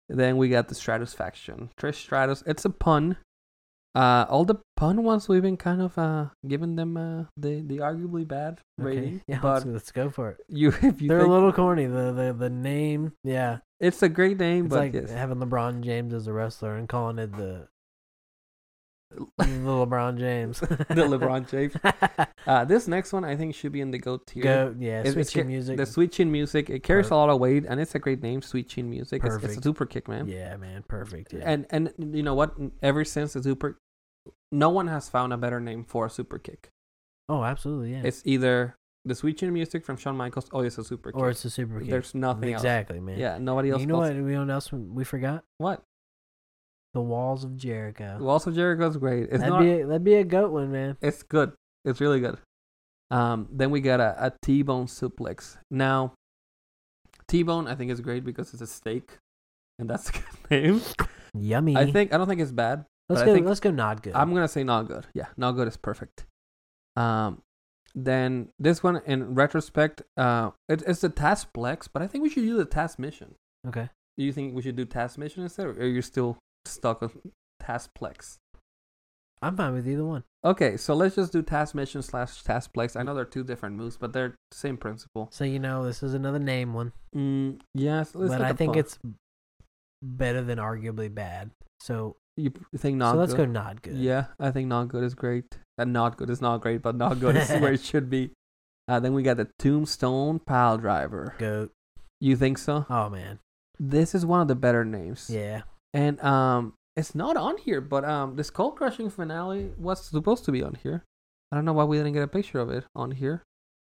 [SPEAKER 1] then we got the Stratus faction. Trish Stratus. It's a pun. Uh, all the pun ones we've been kind of uh giving them uh the the arguably bad rating,
[SPEAKER 2] Okay. Yeah,
[SPEAKER 1] but
[SPEAKER 2] let's, let's go for it.
[SPEAKER 1] you if you
[SPEAKER 2] They're
[SPEAKER 1] think
[SPEAKER 2] a little corny. The the, the name, yeah,
[SPEAKER 1] it's a great name,
[SPEAKER 2] it's
[SPEAKER 1] but
[SPEAKER 2] like
[SPEAKER 1] yes,
[SPEAKER 2] having LeBron James as a wrestler and calling it the the LeBron James.
[SPEAKER 1] the LeBron James. Uh, this next one I think should be in the goat tier.
[SPEAKER 2] Go, yeah,
[SPEAKER 1] It- it's
[SPEAKER 2] switching
[SPEAKER 1] ca-
[SPEAKER 2] music.
[SPEAKER 1] The switching music. It carries
[SPEAKER 2] Per-
[SPEAKER 1] a lot of weight, and it's a great name. Switching music. It's, it's a
[SPEAKER 2] Perfect.
[SPEAKER 1] super kick, man.
[SPEAKER 2] yeah, man, perfect. Yeah.
[SPEAKER 1] And and you know what? Ever since the super, no one has found a better name for a super kick.
[SPEAKER 2] oh, absolutely, yeah.
[SPEAKER 1] It's either the switching music from Shawn Michaels, or it's a super kick.
[SPEAKER 2] or it's a super kick.
[SPEAKER 1] There's nothing
[SPEAKER 2] exactly,
[SPEAKER 1] else.
[SPEAKER 2] man.
[SPEAKER 1] Yeah, nobody else.
[SPEAKER 2] You know
[SPEAKER 1] calls-
[SPEAKER 2] what? We know what else we we forgot?
[SPEAKER 1] What?
[SPEAKER 2] The walls of Jericho.
[SPEAKER 1] Walls of Jericho's great. It's
[SPEAKER 2] that'd
[SPEAKER 1] not.
[SPEAKER 2] be a, that'd be a goat one, man.
[SPEAKER 1] It's good. It's really good. Um, then we got a, a T-bone suplex. Now, T-bone I think is great because it's a steak, and that's a good name.
[SPEAKER 2] Yummy.
[SPEAKER 1] I think I don't think it's bad.
[SPEAKER 2] let's
[SPEAKER 1] but I
[SPEAKER 2] go.
[SPEAKER 1] think-
[SPEAKER 2] let's go. Not good.
[SPEAKER 1] I'm gonna say not good. Yeah, not good is perfect. Um, then this one in retrospect, uh, it, it's the task plex, but I think we should do the task mission.
[SPEAKER 2] okay.
[SPEAKER 1] Do you think we should do task mission instead, or are you still stuck on task plex?
[SPEAKER 2] I'm fine with either one.
[SPEAKER 1] Okay, so let's just do task mission slash task plex. I know they're two different moves, but they're same principle.
[SPEAKER 2] So you know, this is another name one,
[SPEAKER 1] Mm, yes, let's
[SPEAKER 2] but
[SPEAKER 1] look
[SPEAKER 2] I
[SPEAKER 1] at
[SPEAKER 2] think
[SPEAKER 1] both.
[SPEAKER 2] it's better than arguably bad. So
[SPEAKER 1] you p- think not.
[SPEAKER 2] so let's
[SPEAKER 1] good?
[SPEAKER 2] go. Not good.
[SPEAKER 1] Yeah, I think not good is great. And not good is not great, but not good is where it should be. Uh, then we got the Tombstone Pile Driver.
[SPEAKER 2] Goat.
[SPEAKER 1] You think so?
[SPEAKER 2] Oh man.
[SPEAKER 1] This is one of the better names.
[SPEAKER 2] Yeah.
[SPEAKER 1] And um it's not on here, but um the skull crushing finale was supposed to be on here. I don't know why we didn't get a picture of it on here.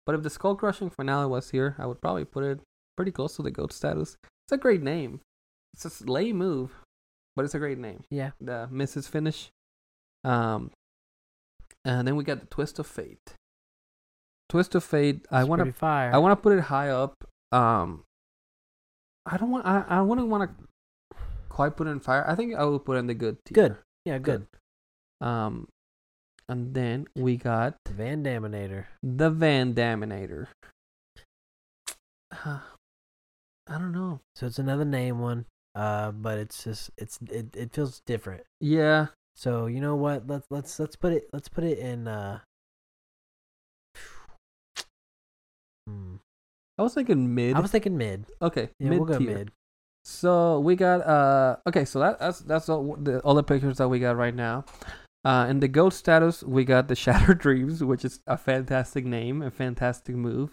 [SPEAKER 1] But if the skull crushing finale was here, I would probably put it pretty close to the goat status. It's a great name. It's a slay move, but it's a great name.
[SPEAKER 2] Yeah.
[SPEAKER 1] The Mrs. Finish. Um and then we got the Twist of Fate. Twist of Fate, I
[SPEAKER 2] it's
[SPEAKER 1] wanna
[SPEAKER 2] pretty fire.
[SPEAKER 1] I want to put it high up. Um, I don't want. I, I wouldn't want to quite put it in fire. I think I would put it in the good tier.
[SPEAKER 2] Good. yeah. Good.
[SPEAKER 1] Um, and then we got
[SPEAKER 2] Van Daminator.
[SPEAKER 1] the Van Daminator. Huh. I don't know.
[SPEAKER 2] So it's another name one. Uh, but it's just it's it, it feels different.
[SPEAKER 1] Yeah,
[SPEAKER 2] So you know what? Let's let's let's put it let's put it in. uh hmm.
[SPEAKER 1] I was thinking mid.
[SPEAKER 2] I was thinking mid.
[SPEAKER 1] okay,
[SPEAKER 2] Yeah,
[SPEAKER 1] mid
[SPEAKER 2] we'll go
[SPEAKER 1] tier.
[SPEAKER 2] mid.
[SPEAKER 1] So we got uh okay, so that, that's that's all the all the pictures that we got right now. Uh, in the gold status, we got the Shattered Dreams, which is a fantastic name, a fantastic move.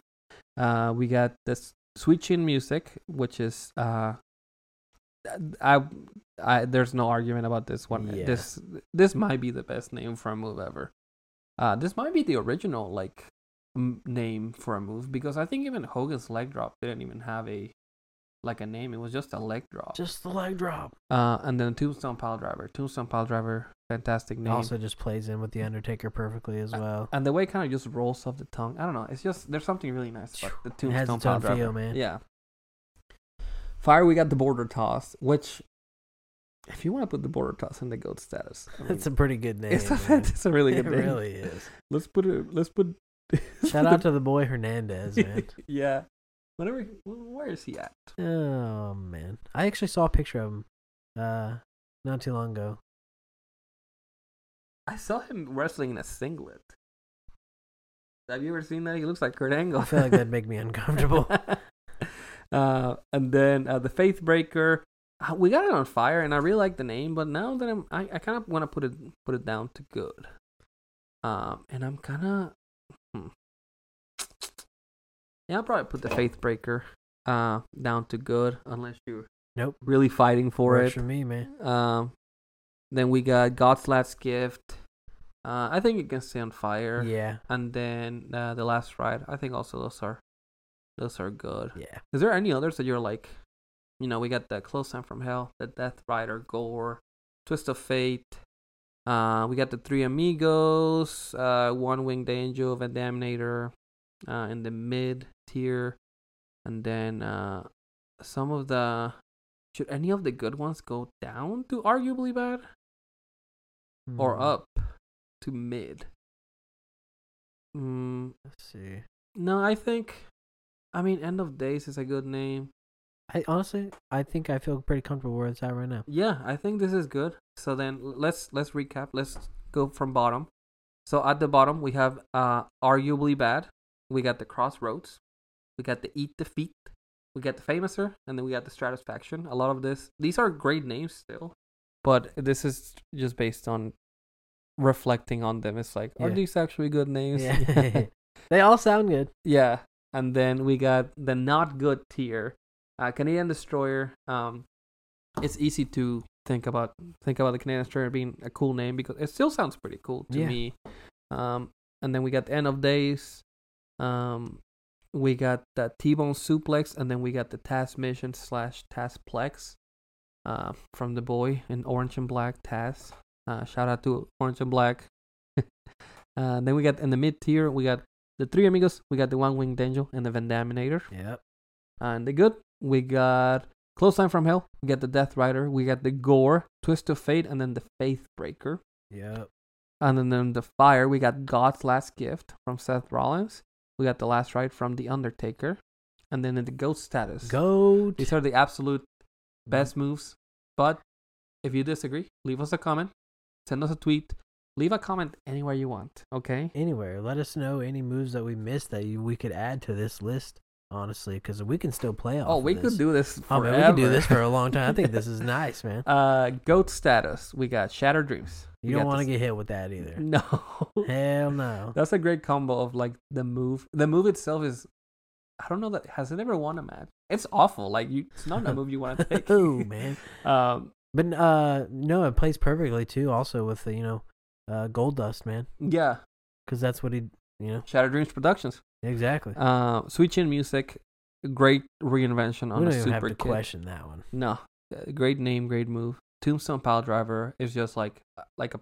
[SPEAKER 1] Uh, we got the S- Sweet Chin Music, which is uh, I, I there's no argument about this one.
[SPEAKER 2] Yeah.
[SPEAKER 1] This this might be the best name for a move ever. Uh, this might be the original like m- name for a move because I think even Hogan's leg drop didn't even have a like a name. It was just a leg drop.
[SPEAKER 2] Just the leg drop.
[SPEAKER 1] Uh, and then Tombstone Pile Driver. Tombstone Pile Driver, fantastic
[SPEAKER 2] It
[SPEAKER 1] name.
[SPEAKER 2] also just plays in with the Undertaker perfectly as
[SPEAKER 1] Uh,
[SPEAKER 2] well.
[SPEAKER 1] and the way it kind of just rolls off the tongue. I don't know. It's just there's something really nice about the
[SPEAKER 2] It has
[SPEAKER 1] Tombstone
[SPEAKER 2] its
[SPEAKER 1] Pile Driver.
[SPEAKER 2] own feel, man.
[SPEAKER 1] Yeah. Fire, we got the border toss, which if you want to put the border toss in the goat status, I mean,
[SPEAKER 2] It's a pretty good name.
[SPEAKER 1] it's, a,
[SPEAKER 2] man.
[SPEAKER 1] it's a really
[SPEAKER 2] it
[SPEAKER 1] good name.
[SPEAKER 2] really is.
[SPEAKER 1] Let's put it. Let's put. let's
[SPEAKER 2] Shout
[SPEAKER 1] put
[SPEAKER 2] out
[SPEAKER 1] the-
[SPEAKER 2] to the boy Hernandez, man.
[SPEAKER 1] yeah. Whenever, where is he at?
[SPEAKER 2] oh man, I actually saw a picture of him, uh, not too long ago.
[SPEAKER 1] I saw him wrestling in a singlet. Have you ever seen that? He looks like Kurt Angle.
[SPEAKER 2] I feel like that'd make me uncomfortable.
[SPEAKER 1] uh, and then uh, the Faith Breaker. Uh, We got it on fire, and I really like the name. But now that I'm, I, I kind of want to put it put it down to good. Um, and I'm kind of, hmm. yeah, I'll probably put the Faith Breaker uh down to good unless you're
[SPEAKER 2] Nope.
[SPEAKER 1] really fighting for
[SPEAKER 2] Works
[SPEAKER 1] it.
[SPEAKER 2] for me, man.
[SPEAKER 1] Um, then we got God's Last Gift. Uh, I think it can stay on fire.
[SPEAKER 2] Yeah,
[SPEAKER 1] And then uh, the Last Ride. I think also those are those are good.
[SPEAKER 2] yeah.
[SPEAKER 1] Is there any others that you're like, you know, we got the Close Sign from Hell, the Death Rider, Gore, Twist of Fate. Uh, we got the Three Amigos, uh, One Winged Angel, Van Damnator, uh, in the mid tier, and then uh, some of the. Should any of the good ones go down to arguably bad or
[SPEAKER 2] Hmm,
[SPEAKER 1] up to mid? Mm,
[SPEAKER 2] Let's see.
[SPEAKER 1] no, I think. I mean, End of Days is a good name.
[SPEAKER 2] I honestly, I think I feel pretty comfortable where it's at right now.
[SPEAKER 1] Yeah, I think this is good. So then l- let's let's recap. Let's go from bottom. So at the bottom we have uh arguably bad. We got the crossroads. We got the eat the feet. We got the famouser, and then we got the stratisfaction. A lot of this. These are great names still, but this is just based on reflecting on them. It's like, are
[SPEAKER 2] Yeah.
[SPEAKER 1] these actually good names?
[SPEAKER 2] Yeah. they all sound good.
[SPEAKER 1] Yeah, and then we got the not good tier, uh, Canadian destroyer. Um, it's easy to think about think about the Canadian destroyer being a cool name because it still sounds pretty cool to
[SPEAKER 2] Yeah.
[SPEAKER 1] me. Um, and then we got end of days. Um, we got the T-bone suplex, and then we got the Taz mission slash Tazplex, uh, from the boy in orange and black Taz. Uh, shout out to orange and black. uh, then we got in the mid tier we got the three amigos, we got the one winged angel and the Vendaminator.
[SPEAKER 2] Yep.
[SPEAKER 1] And the good, we got Close Time from Hell, we got the Death Rider, we got the Gore, Twist of Fate, and then the Faith Breaker.
[SPEAKER 2] Yep.
[SPEAKER 1] And then in the fire, we got God's Last Gift from Seth Rollins. We got the Last Ride from The Undertaker. And then in the Ghost status.
[SPEAKER 2] Go.
[SPEAKER 1] These are the absolute best moves. But if you disagree, leave us a comment, send us a tweet, leave a comment anywhere you want, okay?
[SPEAKER 2] anywhere. Let us know any moves that we missed that you, we could add to this list. Honestly, because we can still play off.
[SPEAKER 1] Oh,
[SPEAKER 2] of
[SPEAKER 1] we
[SPEAKER 2] this.
[SPEAKER 1] could do this
[SPEAKER 2] Oh
[SPEAKER 1] forever.
[SPEAKER 2] man, we could do this for a long time. I think this is nice, man.
[SPEAKER 1] Uh, goat status. We got Shattered Dreams.
[SPEAKER 2] You don't want to get hit with that either.
[SPEAKER 1] No,
[SPEAKER 2] Hell no.
[SPEAKER 1] that's a great combo of like the move. The move itself is, I don't know that has it ever won a match. It's awful. Like you, it's not a move you want to take.
[SPEAKER 2] oh man.
[SPEAKER 1] Um,
[SPEAKER 2] But uh, no, it plays perfectly too. Also with the you know, uh, gold dust, man,
[SPEAKER 1] yeah,
[SPEAKER 2] because that's what he you know
[SPEAKER 1] Shattered Dreams Productions.
[SPEAKER 2] exactly.
[SPEAKER 1] Uh, Switch in music. Great reinvention on
[SPEAKER 2] we
[SPEAKER 1] a
[SPEAKER 2] don't even have
[SPEAKER 1] super
[SPEAKER 2] to
[SPEAKER 1] kid.
[SPEAKER 2] question that one.
[SPEAKER 1] No, uh, great name, great move. Tombstone Pile Driver is just like uh, like a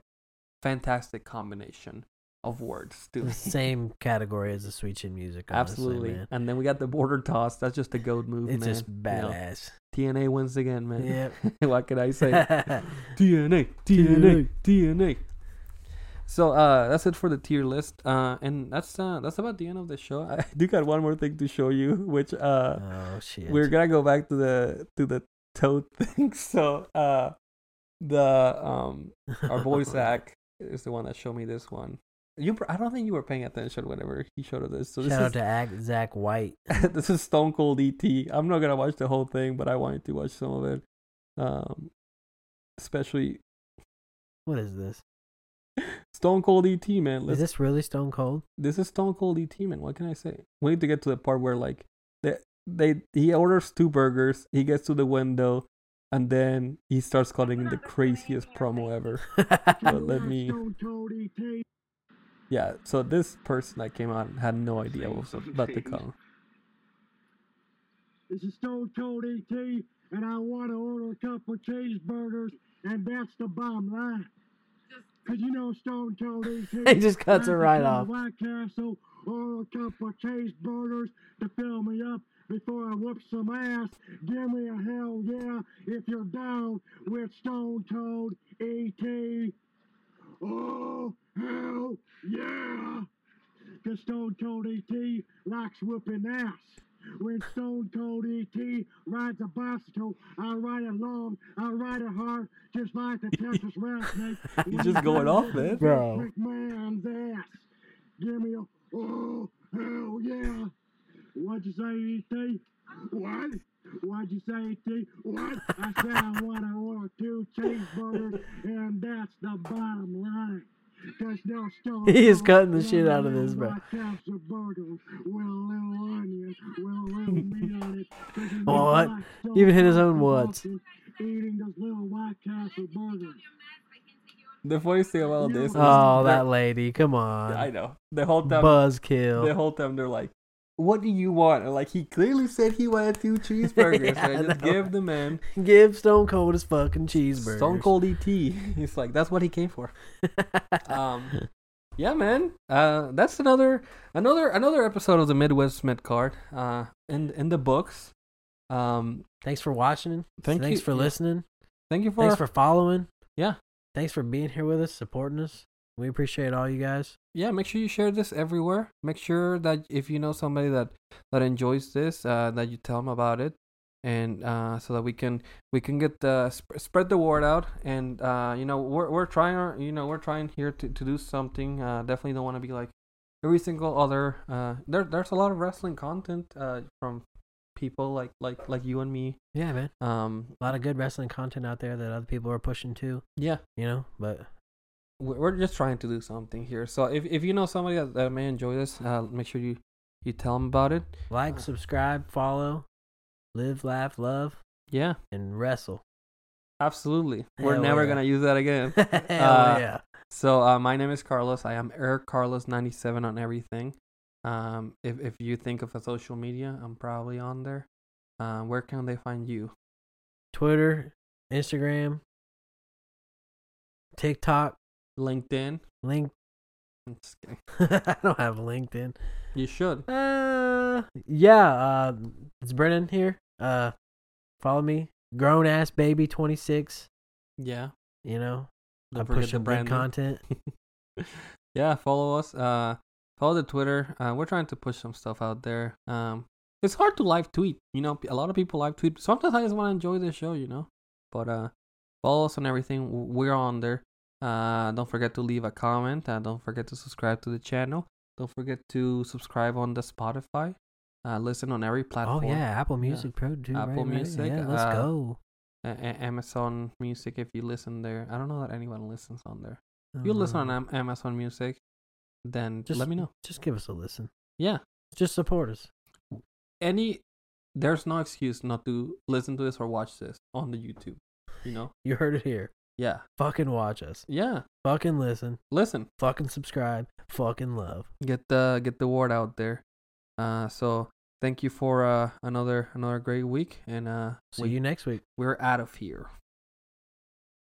[SPEAKER 1] fantastic combination of words. too.
[SPEAKER 2] The same category as the sweet chin music. Honestly,
[SPEAKER 1] Absolutely.
[SPEAKER 2] man.
[SPEAKER 1] And then we got the border toss. That's just a goat move,
[SPEAKER 2] It's
[SPEAKER 1] man.
[SPEAKER 2] just badass.
[SPEAKER 1] You know, TNA wins again, man. what can I say?
[SPEAKER 2] Yep.
[SPEAKER 1] TNA, TNA, TNA. So uh, that's it for the tier list, uh, and that's uh, that's about the end of the show. I do got one more thing to show you, which uh,
[SPEAKER 2] oh shit.
[SPEAKER 1] we're gonna go back to the to the toad thing. So uh, the um, our boy Zach is the one that showed me this one. You, pr- I don't think you were paying attention whenever he showed us this. So this
[SPEAKER 2] Shout
[SPEAKER 1] is
[SPEAKER 2] out to Ac- Zach White.
[SPEAKER 1] this is Stone Cold ET. I'm not gonna watch the whole thing, but I wanted to watch some of it. Um, especially
[SPEAKER 2] What is this?
[SPEAKER 1] Stone Cold ET, man.
[SPEAKER 2] Is
[SPEAKER 1] Let's,
[SPEAKER 2] this really Stone Cold?
[SPEAKER 1] this is Stone Cold ET, man. What can I say? We need to get to the part where like they they he orders two burgers, he gets to the window, and then he starts cutting the craziest promo ever. But let me,
[SPEAKER 4] E
[SPEAKER 1] yeah. So this person that came out had no idea what was about to come.
[SPEAKER 4] This is Stone Cold ET, and I want to order a couple cheeseburgers, and that's the bottom line. Cause you know Stone Cold ET.
[SPEAKER 2] he just cuts it
[SPEAKER 4] I have to
[SPEAKER 2] right
[SPEAKER 4] go to
[SPEAKER 2] off.
[SPEAKER 4] White Castle, order a couple cheeseburgers to fill me up before I whoop some ass. Give me a hell yeah if you're down with Stone Cold E ET. Oh hell yeah! Cause Stone Cold ET likes whooping ass. When Stone Cold ET rides a bicycle, I ride it long, I ride it hard, just like the Texas Rattlesnake.
[SPEAKER 1] He's
[SPEAKER 4] When
[SPEAKER 1] just
[SPEAKER 4] I'm
[SPEAKER 1] going off,
[SPEAKER 4] whooping
[SPEAKER 1] man.
[SPEAKER 4] Vince
[SPEAKER 2] Bro.
[SPEAKER 4] McMahon's ass. Give me a oh hell yeah! What'd you say, ET? What? Why'd you say ET? What? I said I want to order two cheeseburgers, and that's the bottom line. Cause no stone
[SPEAKER 2] He is
[SPEAKER 4] Cold
[SPEAKER 2] cutting the
[SPEAKER 4] won't
[SPEAKER 2] shit out of
[SPEAKER 4] allow
[SPEAKER 2] this, bro.
[SPEAKER 4] my Capsule burger with a little onion, with a little meat on it. 'cause he
[SPEAKER 2] What?
[SPEAKER 4] likes
[SPEAKER 2] He even hit his
[SPEAKER 4] Stone
[SPEAKER 2] own
[SPEAKER 4] Cold
[SPEAKER 2] words.
[SPEAKER 4] Eating those little White Castle burgers.
[SPEAKER 1] The funny thing about this, is
[SPEAKER 2] Oh,
[SPEAKER 1] that-
[SPEAKER 2] that lady. Come
[SPEAKER 1] I
[SPEAKER 2] on.
[SPEAKER 1] know the whole time the
[SPEAKER 2] Buzzkill.
[SPEAKER 1] whole time they're like, "What do you want?" And like he clearly said he wanted two cheeseburgers.
[SPEAKER 2] Yeah,
[SPEAKER 1] and
[SPEAKER 2] I
[SPEAKER 1] I just
[SPEAKER 2] know.
[SPEAKER 1] give the man
[SPEAKER 2] Give Stone Cold his fucking cheeseburger.
[SPEAKER 1] Stone Cold ET. He's like, "That's what he came for." Um, yeah, man. Uh, that's another another another episode of the Midwest Mid Card. Uh, in in the books. Um,
[SPEAKER 2] Thanks for watching.
[SPEAKER 1] Thank
[SPEAKER 2] Thanks
[SPEAKER 1] you-
[SPEAKER 2] for
[SPEAKER 1] yeah.
[SPEAKER 2] listening.
[SPEAKER 1] thank you for,
[SPEAKER 2] Thanks for following.
[SPEAKER 1] Yeah.
[SPEAKER 2] Thanks for being here with us, supporting us. We appreciate all you guys.
[SPEAKER 1] yeah. Make sure you share this everywhere. Make sure that if you know somebody that that enjoys this, uh, that you tell them about it. and uh, so that we can we can get the sp- spread the word out and uh, you know we're, we're trying our, you know we're trying here to, to do something uh, definitely don't want to be like every single other uh, there, there's a lot of wrestling content uh, from people like like like you and me
[SPEAKER 2] Yeah, man.
[SPEAKER 1] um
[SPEAKER 2] A lot of good wrestling content out there that other people are pushing too.
[SPEAKER 1] yeah
[SPEAKER 2] You know, but
[SPEAKER 1] we- we're just trying to do something here. So if, if you know somebody that, that may enjoy this, uh, make sure you you tell them about it.
[SPEAKER 2] Like, subscribe, follow, live, laugh, love,
[SPEAKER 1] Yeah,
[SPEAKER 2] and wrestle.
[SPEAKER 1] absolutely. We're
[SPEAKER 2] Hell
[SPEAKER 1] never
[SPEAKER 2] yeah.
[SPEAKER 1] gonna use that again.
[SPEAKER 2] Hell
[SPEAKER 1] Uh,
[SPEAKER 2] Oh, yeah.
[SPEAKER 1] So uh, my name is Carlos. I am Eric Carlos ninety seven on everything. Um, if if you think of a social media, I'm probably on there. Um, where can they find you?
[SPEAKER 2] Twitter, Instagram, TikTok,
[SPEAKER 1] LinkedIn.
[SPEAKER 2] Link.
[SPEAKER 1] I'm just kidding.
[SPEAKER 2] I don't have LinkedIn.
[SPEAKER 1] You should.
[SPEAKER 2] Uh, yeah. Uh, it's Brennan here. Uh, follow me. Grown ass baby, twenty six.
[SPEAKER 1] Yeah.
[SPEAKER 2] You know,
[SPEAKER 1] Don't
[SPEAKER 2] I
[SPEAKER 1] forget
[SPEAKER 2] push
[SPEAKER 1] the
[SPEAKER 2] some good
[SPEAKER 1] brand name.
[SPEAKER 2] content.
[SPEAKER 1] yeah, follow us. Uh, follow the Twitter. Uh, we're trying to push some stuff out there. Um, it's hard to live tweet. You know, a lot of people live tweet. Sometimes I just want to enjoy the show. You know, but uh, follow us on everything. W- We're on there. Uh, don't forget to leave a comment. Uh, don't forget to subscribe to the channel. Don't forget to subscribe on the Spotify. Uh, listen on every
[SPEAKER 2] Oh
[SPEAKER 1] platform.
[SPEAKER 2] yeah, Apple Music Pro too.
[SPEAKER 1] Apple
[SPEAKER 2] right, right.
[SPEAKER 1] Music,
[SPEAKER 2] Yeah, let's
[SPEAKER 1] uh,
[SPEAKER 2] go.
[SPEAKER 1] A- A- Amazon Music. If you listen there, I don't know that anyone listens on there. If you listen on
[SPEAKER 2] Uh,
[SPEAKER 1] Am- Amazon Music, then
[SPEAKER 2] Just
[SPEAKER 1] let me know.
[SPEAKER 2] Just give us a listen.
[SPEAKER 1] Yeah.
[SPEAKER 2] Just support us.
[SPEAKER 1] any there's no excuse not to listen to this or watch this on the YouTube. You know?
[SPEAKER 2] You heard it here.
[SPEAKER 1] Yeah.
[SPEAKER 2] Fucking watch us.
[SPEAKER 1] Yeah.
[SPEAKER 2] Fucking listen.
[SPEAKER 1] Listen.
[SPEAKER 2] Fucking subscribe. Fucking love.
[SPEAKER 1] Get the get the word out there. Uh so thank you for uh another another great week and uh
[SPEAKER 2] See
[SPEAKER 1] we,
[SPEAKER 2] you next week.
[SPEAKER 1] we're out of here.